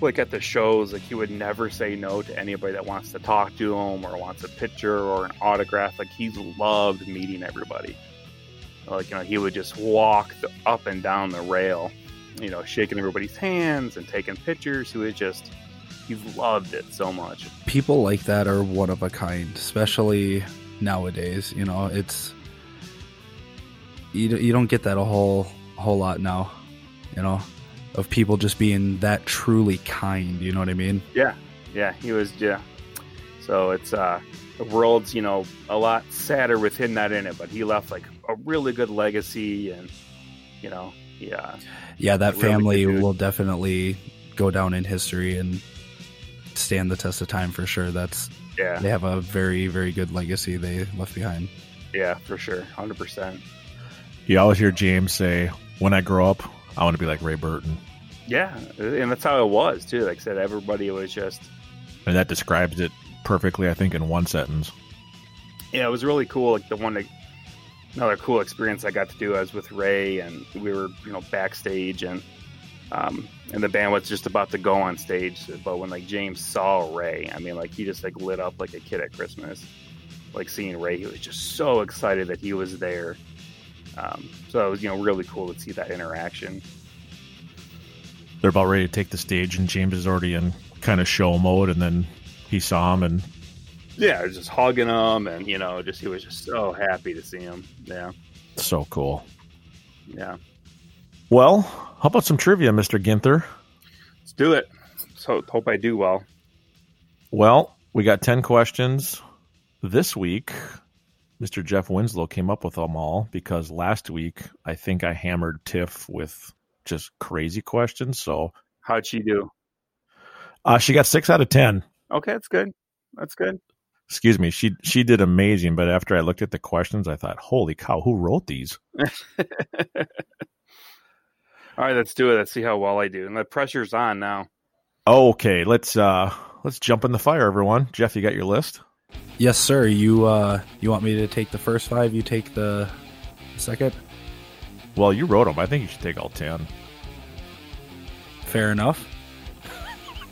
H: like at the shows, like he would never say no to anybody that wants to talk to him or wants a picture or an autograph. Like he loved meeting everybody. Like you know, he would just walk the, up and down the rail, you know, shaking everybody's hands and taking pictures. He was just he loved it so much.
B: People like that are one of a kind, especially nowadays. You know, it's you don't- you don't get that a whole a whole lot now. You know, of people just being that truly kind. You know what I mean?
H: Yeah, yeah, he was. Yeah, so it's uh, the world's you know a lot sadder with him not in it, but he left like a really good legacy, and you know, yeah,
B: Yeah, that
H: Really
B: family will definitely go down in history and stand the test of time for sure. That's
H: Yeah.
B: They have a very very good legacy they left behind.
H: yeah, for sure, hundred percent.
A: You always hear James say, "When I grow up, I want to be like Ray Burton,"
H: Yeah, and that's how it was too. Like I said, everybody was just
A: and that describes it perfectly, I think, in one sentence.
H: yeah, it was really cool. Like the one that another cool experience I got to do. I was with Ray, and we were you know backstage, and um, and the band was just about to go on stage. But when like James saw Ray, I mean, like he just like lit up like a kid at Christmas. Like seeing Ray, he was just so excited that he was there. Um, so it was you know really cool to see that interaction.
A: They're about ready to take the stage, and James is already in kind of show mode, and then he saw him, and
H: Yeah, I was just hugging him, and you know, just he was just so happy to see him. Yeah,
A: so cool.
H: yeah.
A: Well, how about some trivia, Mister Ginther?
H: Let's do it. So hope I do well.
A: Well, we got 10 questions this week. Mr. Jeff Winslow came up with them all because last week I think I hammered Tiff with just crazy questions. So
H: How'd she do?
A: uh, she got six out of 10.
H: Okay, that's good. That's good.
A: Excuse me. She she did amazing, but after I looked at the questions, I thought, "Holy cow, who wrote these?"
H: (laughs) All right, let's do it. Let's see how well I do. And the pressure's on now.
A: Okay, let's uh let's jump in the fire, everyone. Jeff, you got your list?
B: Yes, sir. You uh you want me to take the first five? You take the second.
A: Well, you wrote them. I think you should take all 10.
B: Fair enough.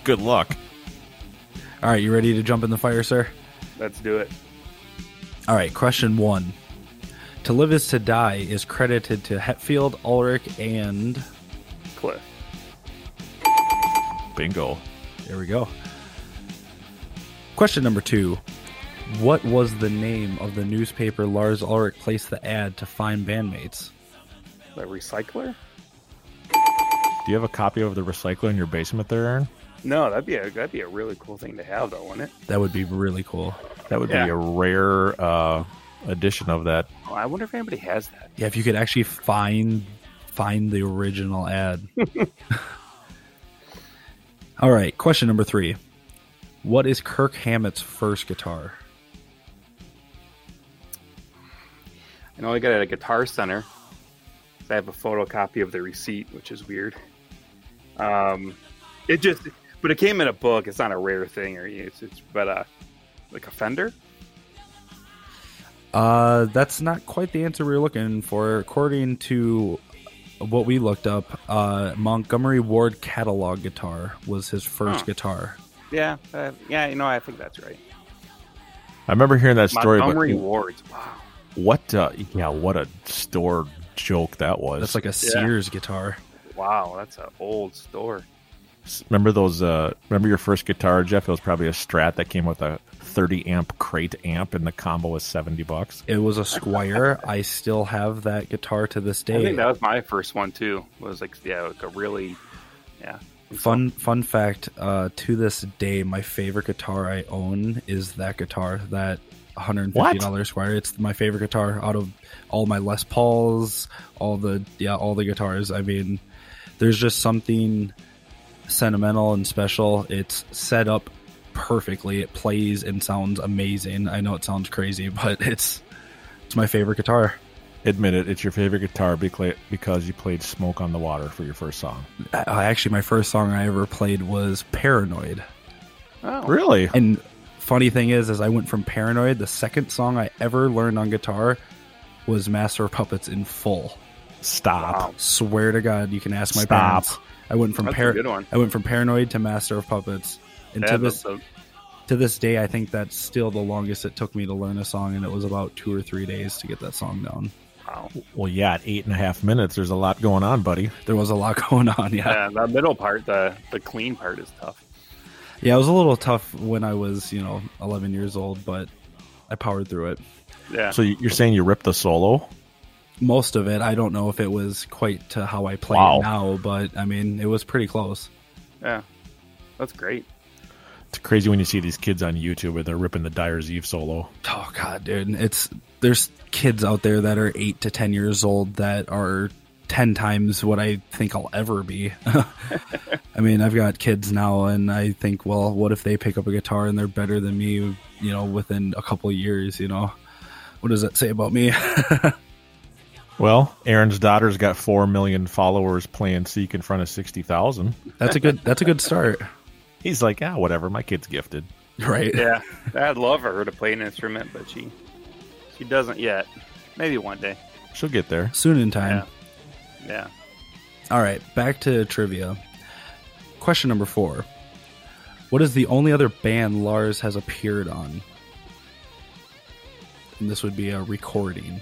A: Good luck.
B: All right, you ready to jump in the fire, sir?
H: Let's do it.
B: All right, question one. To Live is to Die is credited to Hetfield, Ulrich, and.
H: Cliff.
A: Bingo.
B: There we go. Question number two. What was the name of the newspaper Lars Ulrich placed the ad to find bandmates?
H: The recycler?
A: Do you have a copy of the recycler in your basement there, Aaron?
H: No, that'd be a that'd be a really cool thing to have though, wouldn't it?
B: That would be really cool.
A: That would
H: Yeah.
A: be a rare uh edition of that
H: Oh, I wonder if anybody has that.
B: Yeah, if you could actually find find the original ad. All right, question number three. What is Kirk Hammett's first guitar?
H: I know I got it at a guitar center. I have a photocopy of the receipt, which is weird. Um, it just, but it came in a book. It's not a rare thing, or it's, it's but uh, like a Fender.
B: Uh, that's not quite the answer we were looking for. According to what we looked up, uh, Montgomery Ward catalog guitar was his first
H: Huh.
B: guitar.
H: Yeah, uh, yeah, you know, I think that's right.
A: I remember hearing that story. but
H: Montgomery Ward's. Wow.
A: What? Uh, yeah, what a store joke that was.
B: That's like a Sears guitar.
H: Wow, that's an old store.
A: Remember those? Uh, remember your first guitar, Jeff? It was probably a Strat that came with a 30 amp crate amp, and the combo was 70 bucks.
B: It was a Squire. I still have that guitar to this
H: I
B: day.
H: think that was my first one too. Was like yeah, like a really yeah.
B: Fun fun fact, uh, to this day, my favorite guitar I own is that guitar. That $150 squire. It's my favorite guitar out of all my Les Pauls, all the yeah, all the guitars. I mean, there's just something sentimental and special. It's set up perfectly. It plays and sounds amazing. I know it sounds crazy, but (laughs) it's it's my favorite guitar.
A: Admit it, it's your favorite guitar becla- because you played Smoke on the Water for your first song.
B: Uh, actually, my first song I ever played was Paranoid.
H: Oh.
A: Really?
B: And funny thing is, is I went from Paranoid. The second song I ever learned on guitar was Master of Puppets in full.
A: Stop.
B: Swear to God, you can ask my
A: Stop.
B: parents. I went from
H: That's a
B: par-
H: good one.
B: I went from Paranoid to Master of Puppets, and
H: Yeah,
B: to
H: that's
B: this
H: a-
B: to this day, I think that's still the longest it took me to learn a song, and it was about two or three days to get that song down.
H: wow.
A: Well, yeah, at eight and a half minutes, there's a lot going on, buddy.
B: There was a lot (laughs) going on, yeah.
H: Yeah, that middle part, the the clean part is tough.
B: Yeah, it was a little tough when I was, you know, 11 years old, but I powered through it.
H: Yeah.
A: So you- you're saying you ripped the solo?
B: Most of it, I don't know if it was quite to how I play
A: Wow.
B: it now, but I mean, it was pretty close.
H: yeah. That's great.
A: It's crazy when you see these kids on YouTube where they're ripping the Dyer's Eve solo.
B: Oh god, dude, it's there's kids out there that are 8 to 10 years old that are 10 times what I think I'll ever be. (laughs) I mean, I've got kids now and I think, well, what if they pick up a guitar and they're better than me, you know, within a couple years, you know? What does that say about me? (laughs)
A: Well, Aaron's daughter's got four million followers playing Seek in front of sixty thousand.
B: that's a good that's a good start. (laughs)
A: He's like, ah, whatever. My kid's gifted.
B: Right.
H: Yeah. I'd love for her to play an instrument, but she she doesn't yet. Maybe one day.
A: She'll get there.
B: Soon in time.
H: Yeah. Yeah.
B: All right, back to trivia. Question number 4. What is the only other band Lars has appeared on? And this would be a recording.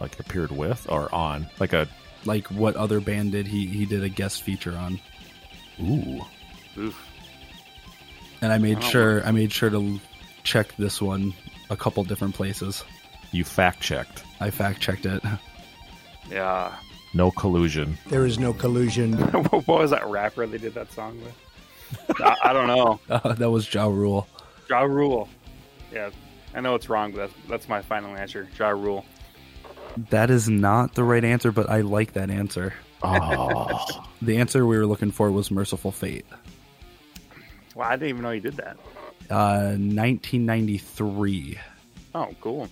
A: Like appeared with or on. Like a
B: Like what other band did he he did a guest feature on?
A: ooh.
H: Oof.
B: And I made
H: Oh.
B: sure I made sure to check this one a couple different places.
A: You fact checked.
B: I fact checked it. (laughs)
H: Yeah. (laughs)
A: No (laughs) collusion.
K: There is no collusion.
H: what was that rapper they did that song with? I, I don't know.
B: Uh, that was Ja Rule.
H: Ja Rule. Yeah. I know it's wrong, but that's that's my final answer. Ja Rule.
B: That is not the right answer, but I like that answer.
A: Oh
B: The answer we were looking for was Merciful Fate.
H: Well, I didn't even know you did that.
B: Uh, 1993.
H: Oh, cool.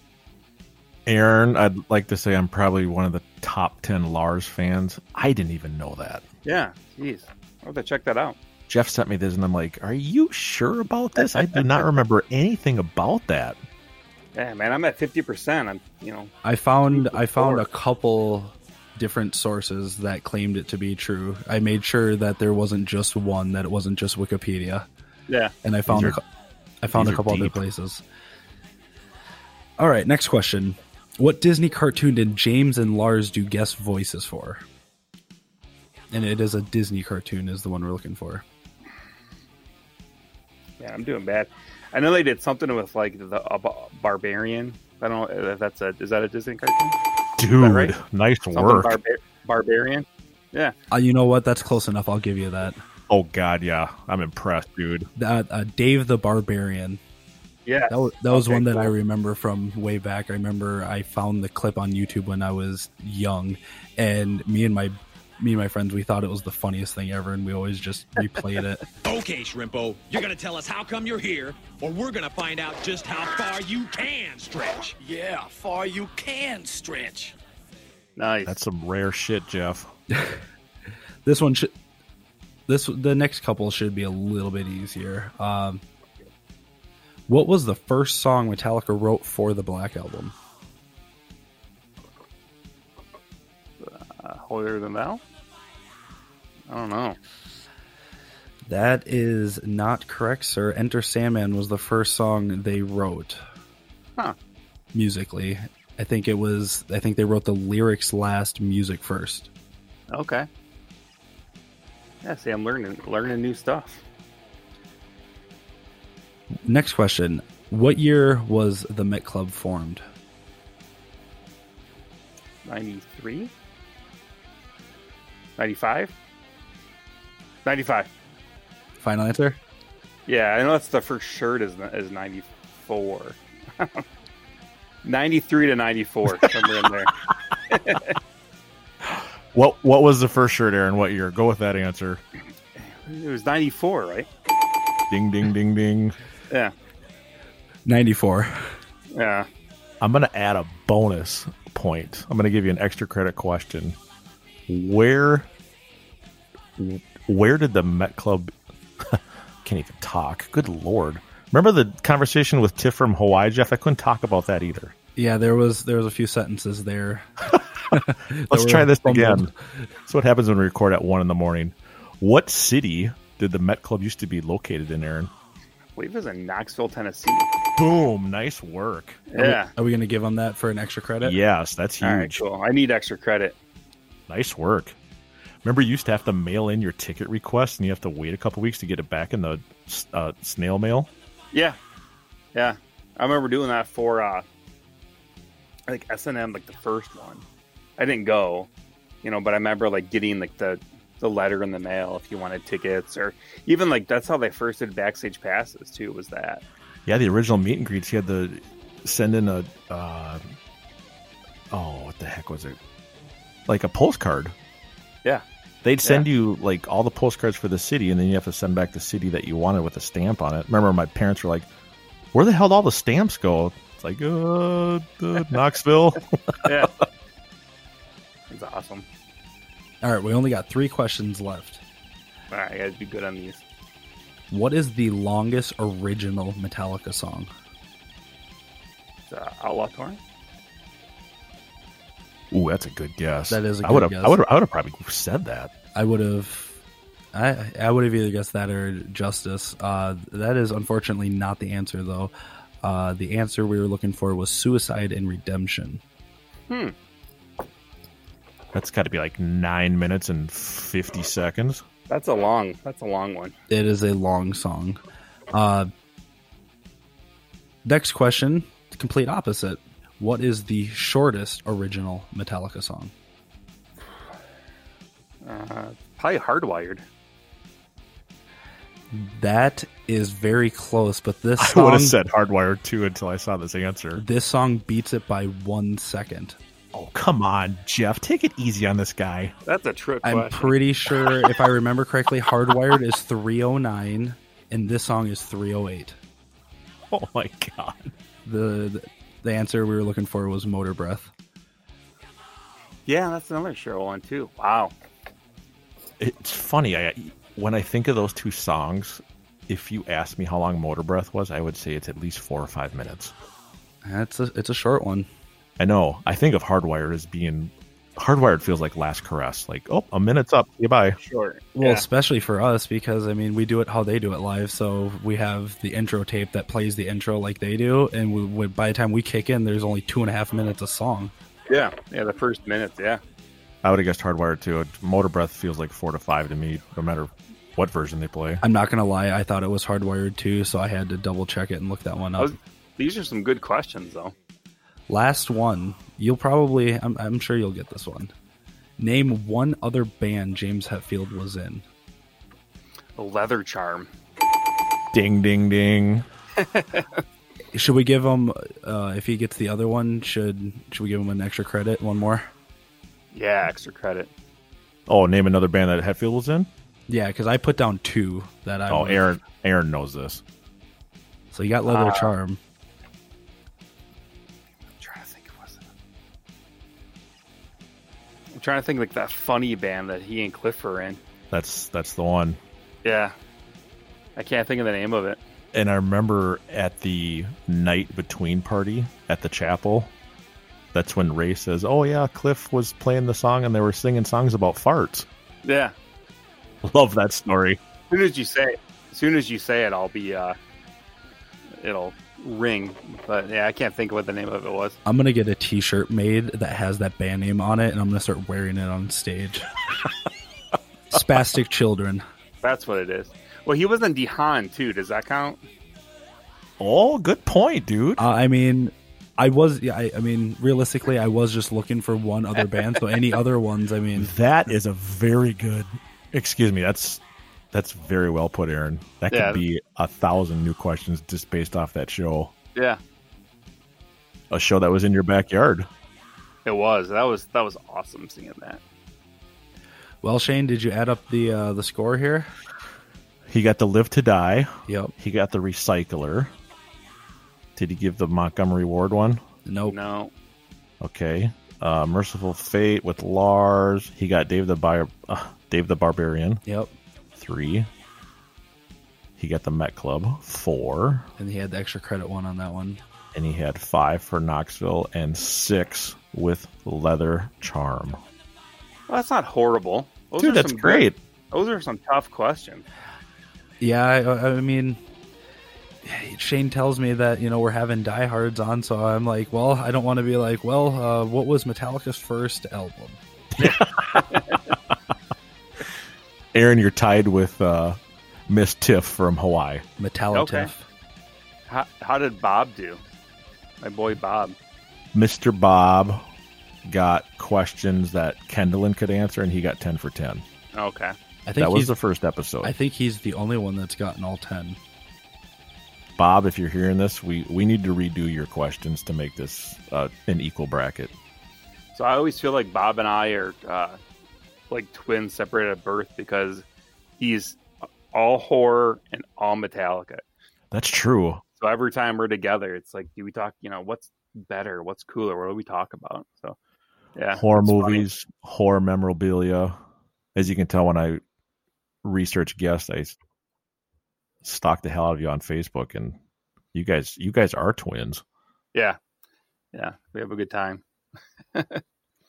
A: Aaron, I'd like to say I'm probably one of the top ten Lars fans. I didn't even know that.
H: Yeah. Jeez. I'll have to check that out.
A: Jeff sent me this and I'm like, Are you sure about this? I do not remember anything about that.
H: Yeah, man, I'm at fifty percent. I'm you know
B: I found I found a couple different sources that claimed it to be true. I made sure that there wasn't just one, that it wasn't just Wikipedia,
H: Yeah.
B: and I found
A: These
B: a
A: are-
B: cou- I found
A: these
B: a
A: are
B: couple other
A: deep.
B: places. All right, next question. What Disney cartoon did James and Lars do guest voices for? And it is a Disney cartoon is the one we're looking for.
H: Yeah, I'm doing bad. I know they did something with like the uh, Bar- Barbarian. I don't know if that's a is that a Disney cartoon?
A: Dude,
H: right?
A: nice
H: Something
A: work.
H: barba- Barbarian. Yeah,
B: Uh, you know what? That's close enough. I'll give you that.
A: oh god, yeah. I'm impressed, dude.
B: That uh, Dave the Barbarian.
H: yeah.
B: That was, that was
H: Okay,
B: one that I
H: cool.
B: remember from way back. I remember I found the clip on YouTube when I was young, and me and my me and my friends we thought it was the funniest thing ever, and we always
H: (laughs)
B: just replayed it.
L: Okay, Shrimpo, you're gonna tell us how come you're here, or we're gonna find out just how far you can stretch. Yeah, far you can stretch.
H: Nice.
A: That's some rare shit, Jeff.
B: This one should this the next couple should be a little bit easier. Um, what was the first song Metallica wrote for the Black Album?
H: uh, holier than thou. I don't know.
B: That is not correct, sir. Enter Sandman was the first song they wrote.
H: Huh.
B: Musically. I think it was I think they wrote the lyrics last, music first.
H: Okay. Yeah. See, I'm learning learning new stuff.
B: Next question. What year was the Met Club formed?
H: Ninety three. Ninety five. Ninety five.
B: Final answer?
H: (laughs) Yeah, I know that's the for sure is is ninety four. 93 to 94, somewhere in there.
A: What What was the first shirt, Aaron? What year? Go with that answer.
H: It was 94, right?
A: Ding, ding, ding, ding.
H: Yeah.
B: 94.
H: Yeah.
A: I'm going to add a bonus point. I'm going to give you an extra credit question. Where Where did the Met Club (laughs) can't even talk? Good lord. Remember the conversation with Tiff from Hawaii, Jeff? I couldn't talk about that either.
B: Yeah, there was there was a few sentences there.
A: Let's try this again. So what happens when we record at one in the morning? What city did the Met Club used to be located in, Aaron?
H: I believe it was in Knoxville, Tennessee.
A: Boom! Nice work.
H: Yeah.
B: Are we, going to give them that for an extra credit?
A: Yes, that's huge.
H: All right, cool. I need extra credit.
A: Nice work. Remember, you used to have to mail in your ticket request, and you have to wait a couple weeks to get it back in the uh, snail mail.
H: Yeah. Yeah. I remember doing that for uh I think S and M like the first one. I didn't go, you know, but I remember like getting like the the letter in the mail if you wanted tickets or even like that's how they first did backstage passes too was that.
A: Yeah, the original meet and greets, you had to send in a uh, oh, what the heck was it? Like a postcard.
H: Yeah.
A: They'd send you like all the postcards for the city, and then you have to send back the city that you wanted with a stamp on it. Remember, my parents were like, "Where the hell did all the stamps go?" It's like, uh, the
B: (laughs)
A: Knoxville.
H: yeah. (laughs) That's awesome.
B: All right, we only got three questions left.
H: All right, I gotta be good on these.
B: What is the longest original Metallica song?
H: It's, uh, Outlaw Torn.
A: Ooh, that's a good guess.
B: That is a
A: I would
B: good
A: have.
B: guess.
A: I would. I would have probably said that.
B: I would have. I, I would have either guessed that or justice. Uh, that is unfortunately not the answer, though. Uh, the answer we were looking for was suicide and redemption.
H: Hmm.
A: That's got to be like nine minutes and fifty seconds. (laughs)
H: That's a long. That's a long one.
B: It is a long song. Uh, next question, the complete opposite. What is the shortest original Metallica song?
H: Uh, probably hardwired.
B: That is very close, but this
A: (laughs) I would
B: song,
A: have said Hardwired too until I saw this answer.
B: this song beats it by one second.
A: Oh come on, Jeff, take it easy on this guy.
H: That's a trick
B: I'm
H: question.
B: pretty sure, if I remember correctly, Hardwired is 309, and this song is 308.
A: (laughs) Oh my god.
B: The the answer we were looking for was Motor Breath.
H: yeah, that's another sure one too. Wow.
A: It's funny. I when I think of those two songs, if you asked me how long Motor Breath was, I would say it's at least four or five minutes.
B: That's a it's a short one.
A: I know. I think of Hardwired as being Hardwired feels like Last Caress. Like, oh, a minute's up. Goodbye.
H: Short.
B: Well,
H: yeah.
B: especially for us because I mean we do it how they do it live. So we have the intro tape that plays the intro like they do, and we, we, by the time we kick in, there's only two and a half minutes of song.
H: yeah, yeah. The first minutes. Yeah.
A: I would have guessed Hardwired too. Motor Breath feels like four to five to me, no matter what version they play.
B: I'm not gonna lie, I thought it was Hardwired too, so I had to double check it and look that one
H: I
B: up.
H: was- these are some good questions though.
B: Last one. You'll probably, I'm, I'm sure you'll get this one. Name one other band James Hetfield was in.
H: The leather charm.
A: Ding, ding, ding.
B: Should we give him, uh, if he gets the other one, should should we give him an extra credit? One more?
H: Yeah, extra credit.
A: Oh, name another band that Hetfield was in.
B: Yeah, because I put down two that I.
A: Oh,
B: would've-
A: Aaron. Ah. Aaron knows this.
B: So you got Leather
H: Uh,
B: Charm.
H: I'm trying to think of what's. I'm trying to think like that funny band that he and Cliff are in.
A: That's that's the one.
H: Yeah. I can't think of the name of it.
A: And I remember at the night between party at the chapel. That's when Ray says, "Oh yeah, Cliff was playing the song, and they were singing songs about farts." (laughs)
H: Yeah.
A: Love that story.
H: As soon as you say it, as soon as you say it, I'll be uh it'll ring. But yeah, I can't think of what the name of it was.
B: I'm going to get a t shirt made that has that band name on it, and I'm going to start wearing it
A: (laughs)
B: on stage. Spastic Children.
H: That's what it is. Well, he was in Dehan too. Does that count?
A: Oh, good point, dude.
B: Uh, I mean, I was. Yeah, I, I mean, realistically, I was just looking for one other band. So any other ones, I mean,
A: That is a very good. Excuse me. That's that's very well put, Aaron. That could
H: Yeah.
A: be a thousand new questions just based off that show.
H: Yeah.
A: a show that was in your backyard.
H: It was. That was that was awesome seeing that.
B: Well, Shane, did you add up the uh, the score here?
A: He got the live to die.
B: Yep.
A: He got the recycler. Did he give the Montgomery Ward one?
B: Nope.
H: No.
A: Okay. Uh, Merciful Fate with Lars. He got Dave the Bar- uh, Dave the Barbarian.
B: Yep.
A: Three. He got the Met Club. Four.
B: And he had the extra credit one on that one.
A: And he had five for Knoxville and six with Leather Charm.
H: Well, that's not horrible. Those
A: Dude,
H: are
A: that's
H: some good-
A: great.
H: those are some tough questions.
B: Yeah, I, I mean, Shane tells me that you know we're having diehards on, so I'm like, well, I don't want to be like, well, uh, what was Metallica's first album?
A: Aaron, you're tied with uh, Miss Tiff from Hawaii.
B: Metallica.
H: Okay. How, how did Bob do? My boy Bob.
A: Mr. Bob got questions that Kendallin could answer, and he got 10 for 10.
H: Okay.
B: I think
A: That was
B: he's-
A: the first episode.
B: I think he's the only one that's gotten all ten.
A: Bob, if you're hearing this, we, we need to redo your questions to make this uh, an equal bracket.
H: So I always feel like Bob and I are uh, like twins separated at birth because he's all horror and all Metallica.
A: That's true.
H: So every time we're together, it's like, do we talk? You know, what's better? What's cooler? What do we talk about? So, yeah,
A: horror
H: it's funny.
A: movies, horror memorabilia. As you can tell, when I research guests, I s- stalk the hell out of you on Facebook, and you guys, you guys are twins.
H: Yeah, yeah, we have a good time.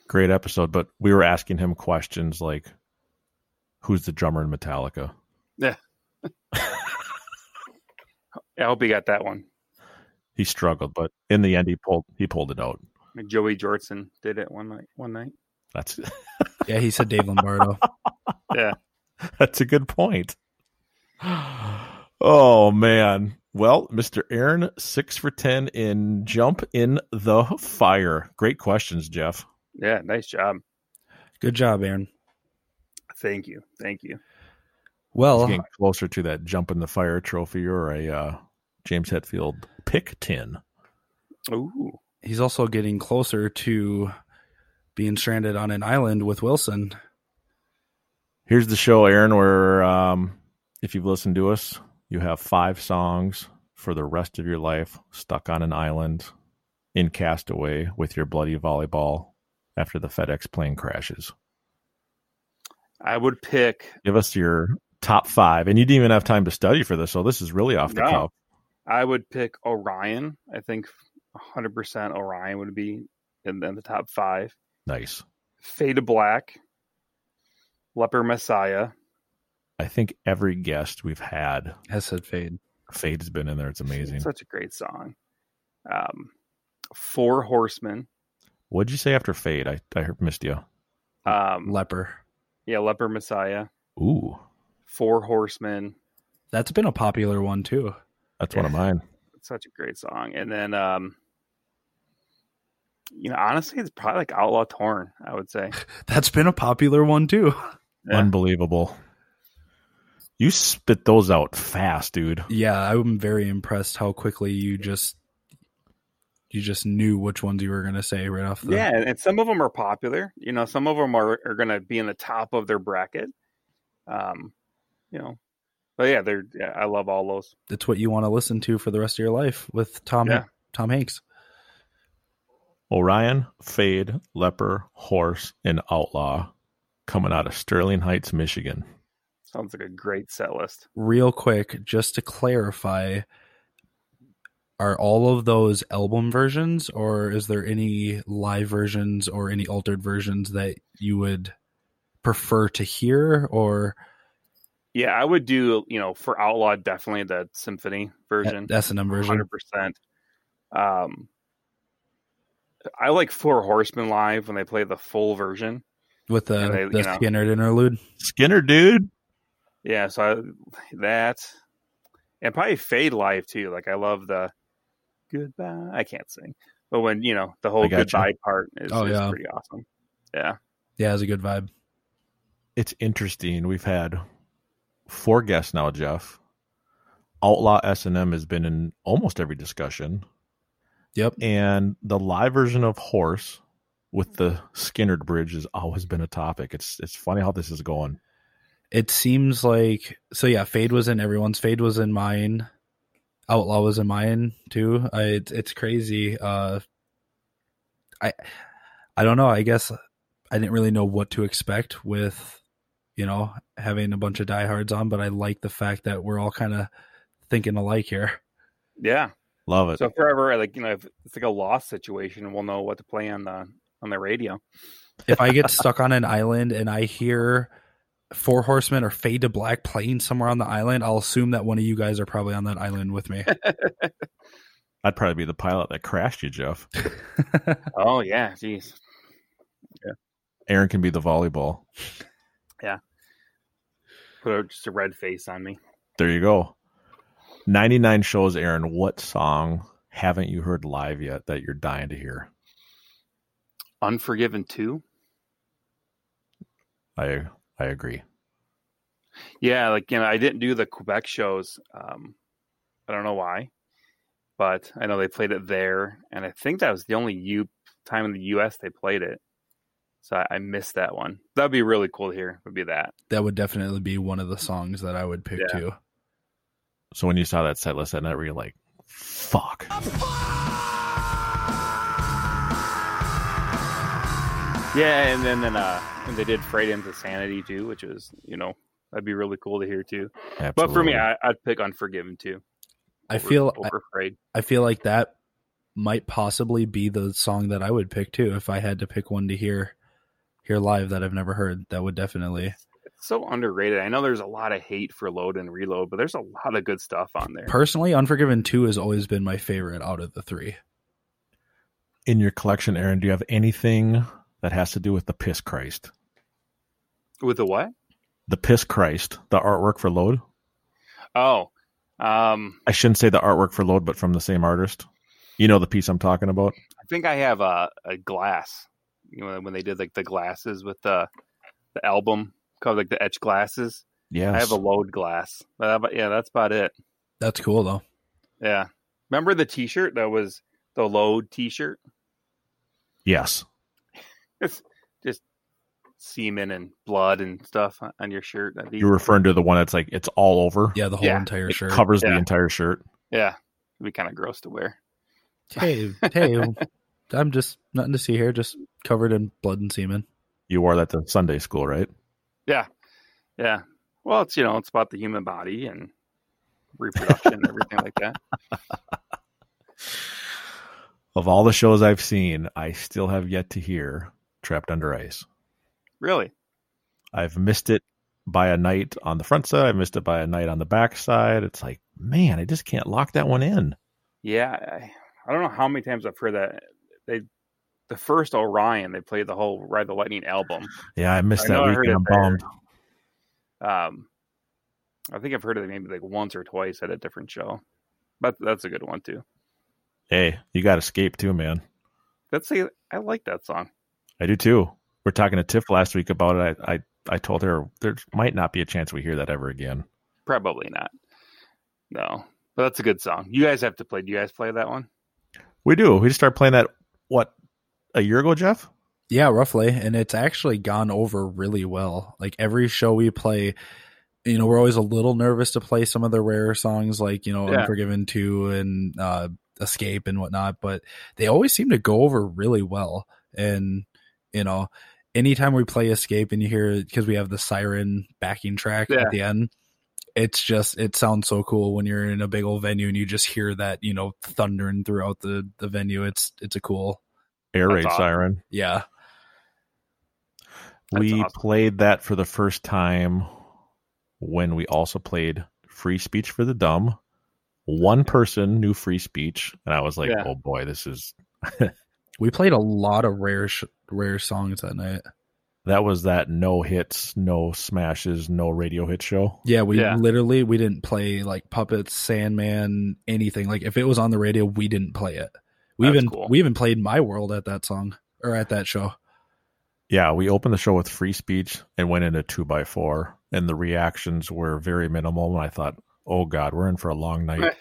A: Great episode, but we were asking him questions like, "Who's the drummer in Metallica?"
H: Yeah. I hope he got that one.
A: He struggled, but in the end, he pulled he pulled it out.
H: Joey Jortson did it one night. One night.
A: That's
B: Yeah, he said Dave
H: (laughs)
B: Lombardo.
H: Yeah.
A: (laughs) that's a good point. Oh man. Well, Mr. Aaron, six for ten in jump in the fire. Great questions, Jeff.
H: Yeah. Nice job.
B: Good job, Aaron.
H: Thank you. Thank you.
A: He's
B: Well,
A: getting closer to that jump in the fire trophy or a uh, James Hetfield pick tin.
H: Ooh.
B: he's also getting closer to being stranded on an island with Wilson.
A: Here's the show, Aaron, where um, if you've listened to us, you have five songs for the rest of your life stuck on an island in Castaway with your bloody volleyball after the FedEx plane crashes.
H: I would pick.
A: Give us your top five. And you didn't even have time to study for this, so this is really off the
H: No.
A: cuff.
H: I would pick Orion. I think 100% Orion would be in, in the top five.
A: Nice.
H: Fade to Black, Leper Messiah.
A: I think every guest we've had,
B: Has said fade.
A: Fade has been in there. It's amazing.
H: Such a great song. Um, Four Horsemen.
A: What'd you say after Fade? I, I heard- missed you.
H: Um,
B: Leper.
H: yeah, Leper Messiah,
A: Ooh,
H: Four Horsemen.
B: That's been a popular one too.
A: that's one of mine.
H: Such a great song. And then, um, you know, honestly, it's probably like Outlaw Torn, I would say.
B: That's been a popular one too.
H: Yeah.
A: Unbelievable. You spit those out fast, dude.
B: Yeah, I'm very impressed how quickly you just you just knew which ones you were gonna say right off the
H: Yeah, and and some of them are popular. You know, some of them are, are going to be in the top of their bracket. Um, you know, but yeah, they're yeah, I love all those.
B: It's what you want to listen to for the rest of your life with Tom
H: Yeah.
B: Tom Hanks.
A: Orion, Fade, Leper, Horse, and Outlaw coming out of Sterling Heights, Michigan.
H: Sounds like a great set list.
B: Real quick, just to clarify, are all of those album versions or is there any live versions or any altered versions that you would prefer to hear or
H: Yeah, I would do you know for Outlaw definitely the symphony version,
B: S and M version?
H: hundred percent. Um, I like Four Horsemen live when they play the full version.
B: with the,
H: And they-
B: the
H: you know.
B: Skinner interlude.
A: Skinner, dude.
H: Yeah, so I, that and probably Fade live too. Like I love the goodbye. I can't sing, but when you know the whole
A: I gotcha.
H: goodbye part is,
B: Oh,
H: is
B: yeah.
H: pretty awesome. Yeah,
B: Yeah, it's a good vibe.
A: It's interesting. We've had four guests now, Jeff. Outlaw S and M has been in almost every discussion.
B: Yep.
A: And the live version of Horse with the Skinnerd Bridge has always been a topic. It's it's funny how this is going.
B: It seems like so. Yeah, Fade was in everyone's. Fade was in mine. Outlaw was in mine too. I, it's it's crazy. Uh, I I don't know. I guess I didn't really know what to expect with you know having a bunch of diehards on, but I like the fact that we're all kind of thinking alike here.
H: Yeah.
A: Love it.
H: So forever, like you know, if it's like a lost situation, we'll know what to play on the on the radio.
B: If I get stuck on an island and I hear Four Horsemen or Fade to Black playing somewhere on the island, I'll assume that one of you guys are probably on that island with me.
A: I'd probably be the pilot that crashed you, Jeff.
H: oh yeah, jeez. Yeah.
A: Aaron can be the volleyball.
H: Yeah. Put a, just a red face on me.
A: There you go. 99 shows, Aaron. What song haven't you heard live yet that you're dying to hear?
H: Unforgiven 2.
A: I I agree.
H: Yeah, like you know, I didn't do the Quebec shows. Um I don't know why, but I know they played it there, and I think that was the only U time in the U.S. they played it. So I, I missed that one. That'd be really cool to hear. Would be that.
B: That would definitely be one of the songs that I would pick
H: Yeah.
B: too.
A: So when you saw that set list that night, were you like, fuck?
H: Yeah, and then then uh, and they did Freight into Sanity too, which was you know that'd be really cool to hear too. But for
A: Absolutely.
H: me, I, I'd pick Unforgiven too.
B: I
H: over-
B: feel
H: over Freight.
B: I feel like that might possibly be the song that I would pick too if I had to pick one to hear hear live that I've never heard. That would definitely
H: It's so underrated. I know there's a lot of hate for Load and Reload, but there's a lot of good stuff on there.
B: personally Unforgiven 2 has always been my favorite out of the 3.
A: In your collection, Aaron, do you have anything that has to do with the Piss Christ?
H: With the what?
A: The Piss Christ, the artwork for Load?
H: Oh, um,
A: I shouldn't say the artwork for Load, but from the same artist. You know the piece I'm talking about?
H: I think I have a, a glass. You know when they did like the glasses with the the album cover, like the etched glasses.
A: Yes.
H: I have a Load glass, but but yeah, that's about it.
B: That's cool though.
H: Yeah. Remember the t shirt that was the load t shirt?
A: Yes.
H: It's (laughs) just semen and blood and stuff on your shirt. That'd be-
A: You're referring to the one that's like, it's all over?
B: Yeah, the whole
H: Yeah.
B: entire
A: It
B: shirt.
A: covers the
H: Yeah.
A: entire shirt.
H: Yeah. It'd be kind of gross to wear.
B: hey,
H: (laughs)
B: hey, I'm just nothing to see here, just covered in blood and semen.
A: You wore that to Sunday school, right?
H: Yeah. Yeah. Well, it's, you know, it's about the human body and reproduction and everything like that.
A: Of all the shows I've seen, I still have yet to hear Trapped Under Ice.
H: Really?
A: I've missed it by a night on the front side. I missed it by a night on the back side. It's like, man, I just can't lock that one in.
H: Yeah. I, I don't know how many times I've heard that. They, the first Orion, they played the whole Ride the Lightning album.
A: Yeah, I (laughs) missed
H: I
A: that
H: know I heard
A: weekend.
H: it
A: I'm
H: there.
A: bummed.
H: Um, I think I've heard of it maybe like once or twice at a different show, but that's a good one too.
A: Hey, you got Escape too, man.
H: That's a, I like that song.
A: I do too. We're talking to Tiff last week about it. I, I, I told her there might not be a chance we hear that ever again.
H: Probably not. No, but that's a good song. You guys have to play. Do you guys play that one?
A: We do. We just started playing that, what, a year ago, Jeff?
B: Yeah, roughly. And it's actually gone over really well. Like every show we play, you know, we're always a little nervous to play some of the rarer songs like, you know,
H: Yeah.
B: Unforgiven 2 and uh, Escape and whatnot, but they always seem to go over really well. And, you know, anytime we play Escape and you hear, because we have the siren backing track
H: Yeah.
B: at the end. It's just it sounds so cool when you're in a big old venue and you just hear that you know thundering throughout the the venue. It's it's a cool
A: Air
H: That's
A: Raid
H: awesome.
A: Siren.
B: yeah.
H: That's
A: we
H: awesome.
A: played that for the first time when we also played Free Speech for the Dumb. One person knew free speech, and I was like,
H: Yeah.
A: "Oh boy, this is."
B: We played a lot of rare sh- rare songs that night.
A: That was that no hits, no smashes, no radio hit show.
B: Yeah, we
H: Yeah.
B: literally we didn't play like puppets, Sandman, anything. Like if it was on the radio, we didn't play it. We
H: That's
B: even
H: cool.
B: we even played My World at that song or at that show.
A: Yeah, we opened the show with free speech and went into two by four, and the reactions were very minimal. And I thought, oh god, we're in for a long
H: (laughs)
A: night.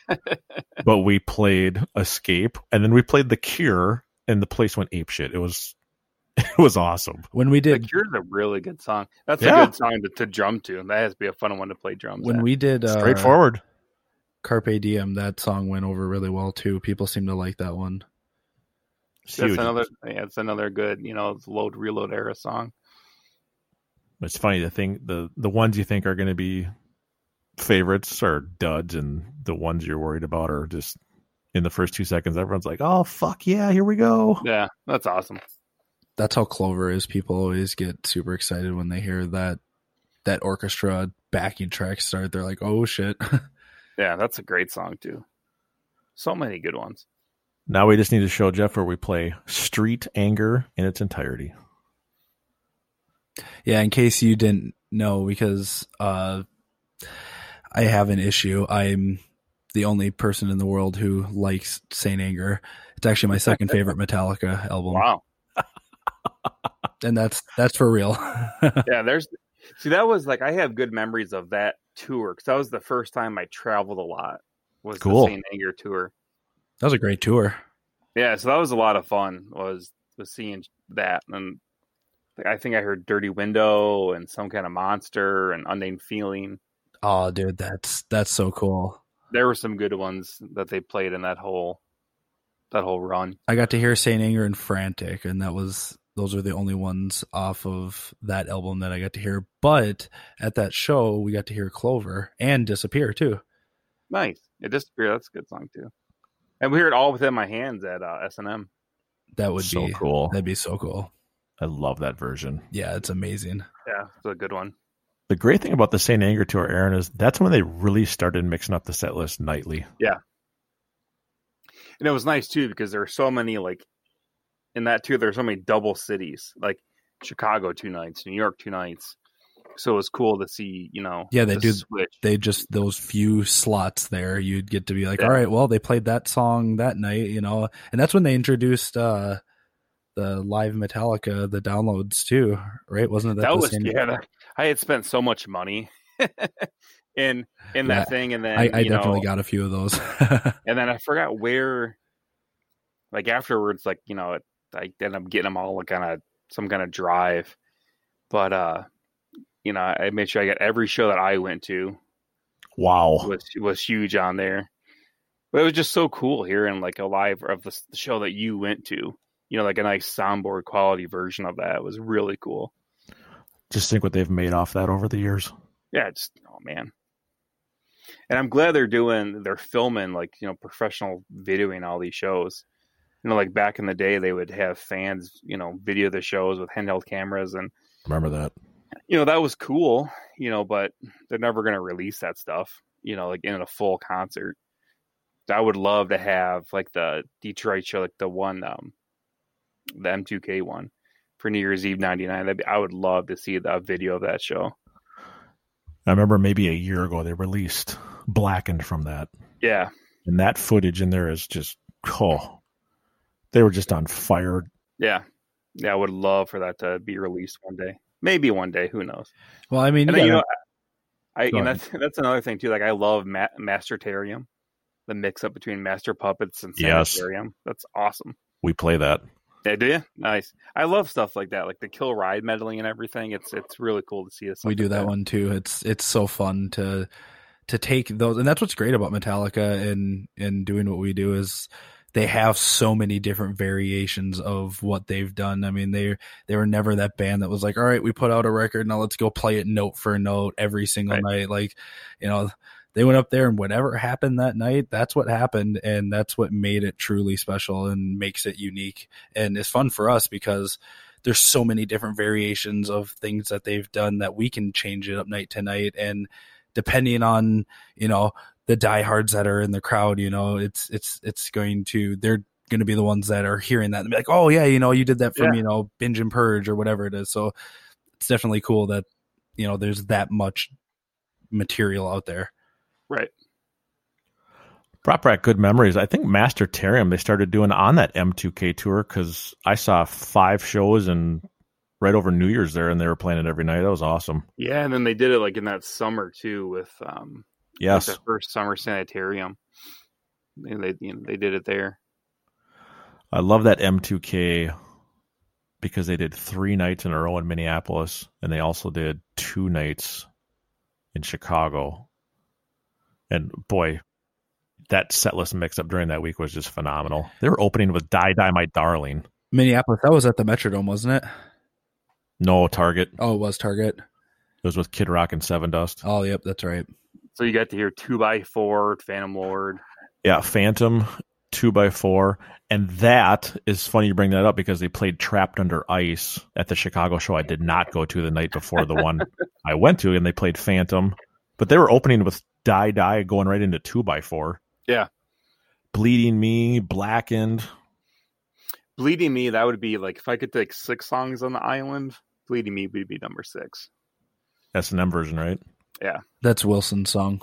A: but we played Escape, and then we played The Cure, and the place went ape shit. It was (laughs) it was awesome.
B: When we did
H: The Cure's a really good song. That's
A: Yeah.
H: a good song to, to drum to. That has to be a fun one to play drums.
B: when
H: at.
B: we did uh,
A: Straightforward.
B: Carpe Diem, that song went over really well too. People seem to like that one.
A: It's
H: that's
A: huge.
H: another yeah, it's another good you know it's load reload era song.
A: It's funny the thing the the ones you think are going to be favorites are duds, and the ones you're worried about are just in the first two seconds. Everyone's like, "Oh fuck yeah, here we go!"
H: Yeah, that's awesome.
B: That's how Clover is. People always get super excited when they hear that that orchestra backing track start. They're like, "Oh shit!" (laughs)
H: Yeah, that's a great song too. So many good ones.
A: Now we just need to show Jeff where we play Street Anger in its entirety.
B: yeah, in case you didn't know, because uh, I have an issue. I'm the only person in the world who likes Saint Anger. It's actually
A: (laughs)
B: my second favorite Metallica album,
H: Wow.
B: and that's that's for real. (laughs)
H: yeah, there's see that was like I have good memories of that tour because that was the first time I traveled a lot. Was
B: Cool.
H: the Saint Anger tour?
B: That was a great tour.
H: Yeah, so that was a lot of fun. Was was seeing that and like, I think I heard Dirty Window and some kind of monster and Unnamed Feeling.
B: Oh, dude, that's that's so cool.
H: There were some good ones that they played in that whole that whole run.
B: I got to hear Saint Anger and Frantic, and that was those are the only ones off of that album that I got to hear. But at that show, we got to hear Clover and Disappear too.
H: Nice. It disappeared. That's a good song too. And we heard all within my hands at uh, S and M.
B: That would
A: So
B: be
A: cool.
B: That'd be so cool.
A: I love that version.
B: Yeah, it's amazing.
H: Yeah, it's a good one.
A: The great thing about the Saint Anger tour, Aaron, is that's when they really started mixing up the set list nightly.
H: Yeah. And it was nice too because there were so many like in that too, there were so many double cities, like Chicago two nights, New York two nights. So it was cool to see, you know,
B: Yeah, they
H: the
B: do.
H: switch.
B: They just those few slots there, you'd get to be like,
H: Yeah.
B: all right, well, they played that song that night, you know, and that's when they introduced uh the live Metallica, the downloads too, right? Wasn't it
H: That
B: the
H: was
B: same-
H: yeah, that- I had spent so much money (laughs) in in that
B: Yeah.
H: thing and then
B: I, I
H: you know,
B: definitely got a few of those. (laughs)
H: And then I forgot where, like afterwards, like you know, it, I ended up getting them all like on a some kind of drive. But uh, you know, I made sure I got every show that I went to
A: Wow.
H: was was huge on there. But it was just so cool hearing like a live of the, s- the show that you went to. You know, like a nice soundboard quality version of that was really cool.
A: Just think what they've made off that over the years.
H: Yeah, it's oh man. And I'm glad they're doing they're filming like, you know, professional videoing all these shows. You know, like back in the day they would have fans, you know, video the shows with handheld cameras and
A: Remember that.
H: you know, that was cool, you know, but they're never gonna release that stuff, you know, like in a full concert. I would love to have like the Detroit show, like the one um the M two K one for New Year's Eve ninety nine. That'd be, I would love to see the video of that show.
A: I remember maybe a year ago they released Blackened from that.
H: Yeah.
A: And that footage in there is just oh they were just on fire.
H: Yeah. Yeah, I would love for that to be released one day. Maybe one day, who knows?
B: well, I mean,
H: And
B: you
H: then, you
B: gotta-
H: know, I
B: Go
H: and
B: ahead.
H: that's (laughs) that's another thing too. Like I love Ma- Mastertarium, the mix up between Master Puppets and
A: Yes.
H: Sanitarium. That's awesome.
A: We play that.
H: Yeah, do you? Nice. I love stuff like that, like the Kill Ride meddling and everything. It's it's really cool to see this.
B: we do that one too. It's it's so fun to to take those, and that's what's great about Metallica and and doing what we do is they have so many different variations of what they've done. I mean, they they were never that band that was like, all right, we put out a record, now let's go play it note for note every single night. Like, you know, they went up there and whatever happened that night, that's what happened, and that's what made it truly special and makes it unique. And it's fun for us because there's so many different variations of things that they've done that we can change it up night to night and depending on you know the diehards that are in the crowd you know it's it's it's going to they're going to be the ones that are hearing that and be like oh yeah you know you did that from
H: Yeah.
B: you know binge and purge or whatever it is so it's definitely cool that you know there's that much material out there
H: Right.
A: Brought back good memories. I think Master Terium they started doing on that M2K tour because I saw five shows and right over New Year's there, and they were playing it every night. That was awesome.
H: Yeah, and then they did it like in that summer too with um
A: Yes.
H: Like the first summer sanitarium. And they you know, they did it there.
A: I love that M2K because they did three nights in a row in Minneapolis, and they also did two nights in Chicago. And boy, that setlist mix up during that week was just phenomenal. They were opening with Die Die My Darling.
B: Minneapolis. That was at the Metrodome, wasn't it?
A: No Target.
B: Oh, it was Target.
A: It was with Kid Rock and Seven Dust.
B: Oh, yep, that's right.
H: So you got to hear two by four, Phantom Lord.
A: Yeah, Phantom, two by four. And that is funny you bring that up because they played Trapped Under Ice at the Chicago show I did not go to the night before the (laughs) one I went to, and they played Phantom. But they were opening with Die Die going right into two by four.
H: Yeah.
A: Bleeding Me, Blackened.
H: Bleeding Me, that would be like if I could take six songs on the island, Bleeding Me would be number six.
A: That's an M version, right?
H: Yeah.
B: That's Wilson's song.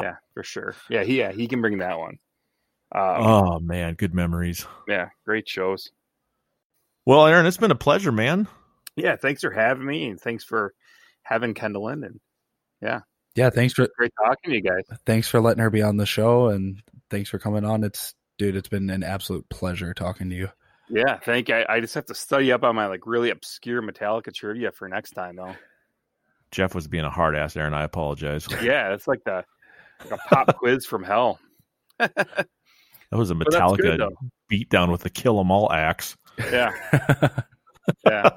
H: yeah, for sure. Yeah, he, yeah, he can bring that one.
A: Um, oh man, good memories.
H: Yeah, great shows.
A: Well, Aaron, it's been a pleasure, man.
H: Yeah, thanks for having me, and thanks for having Kendall in, and yeah,
B: yeah, thanks for
H: great talking to you guys.
B: Thanks for letting her be on the show, and thanks for coming on. It's dude, it's been an absolute pleasure talking to you. (laughs)
H: Yeah, thank you. I, I just have to study up on my like really obscure Metallica trivia for next time, though.
A: Jeff was being a hard ass, Aaron. I apologize.
H: yeah, it's like the like a pop quiz from hell.
A: That was a Metallica well, beatdown with the Kill 'Em All axe.
H: Yeah. yeah.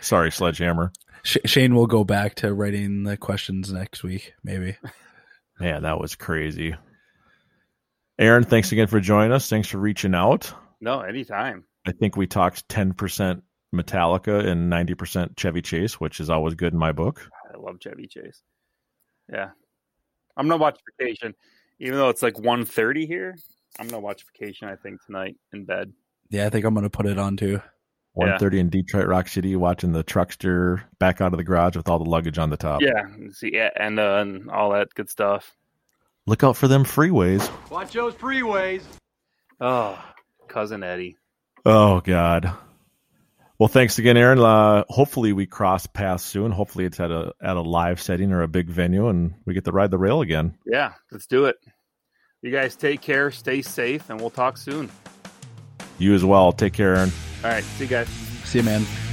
A: Sorry, Sledgehammer.
B: Sh- Shane will go back to writing the questions next week, maybe.
A: Yeah, that was crazy. Aaron, thanks again for joining us. Thanks for reaching out.
H: No, anytime.
A: I think we talked 10% Metallica and 90% Chevy Chase, which is always good in my book.
H: I love Chevy Chase. Yeah. I'm going to watch Vacation even though it's like 1.30 here i'm gonna watch vacation i think tonight in bed
B: yeah i think i'm gonna put it on too
A: 1.30 yeah. in detroit rock city watching the truckster back out of the garage with all the luggage on the top
H: yeah see and, uh, and all that good stuff
A: look out for them freeways
L: watch those freeways
H: oh cousin eddie
A: oh god well, thanks again, Aaron. Uh, hopefully, we cross paths soon. Hopefully, it's at a at a live setting or a big venue, and we get to ride the rail again.
H: Yeah, let's do it. You guys take care, stay safe, and we'll talk soon.
A: You as well. Take care, Aaron.
H: All right, see you guys.
B: See you, man.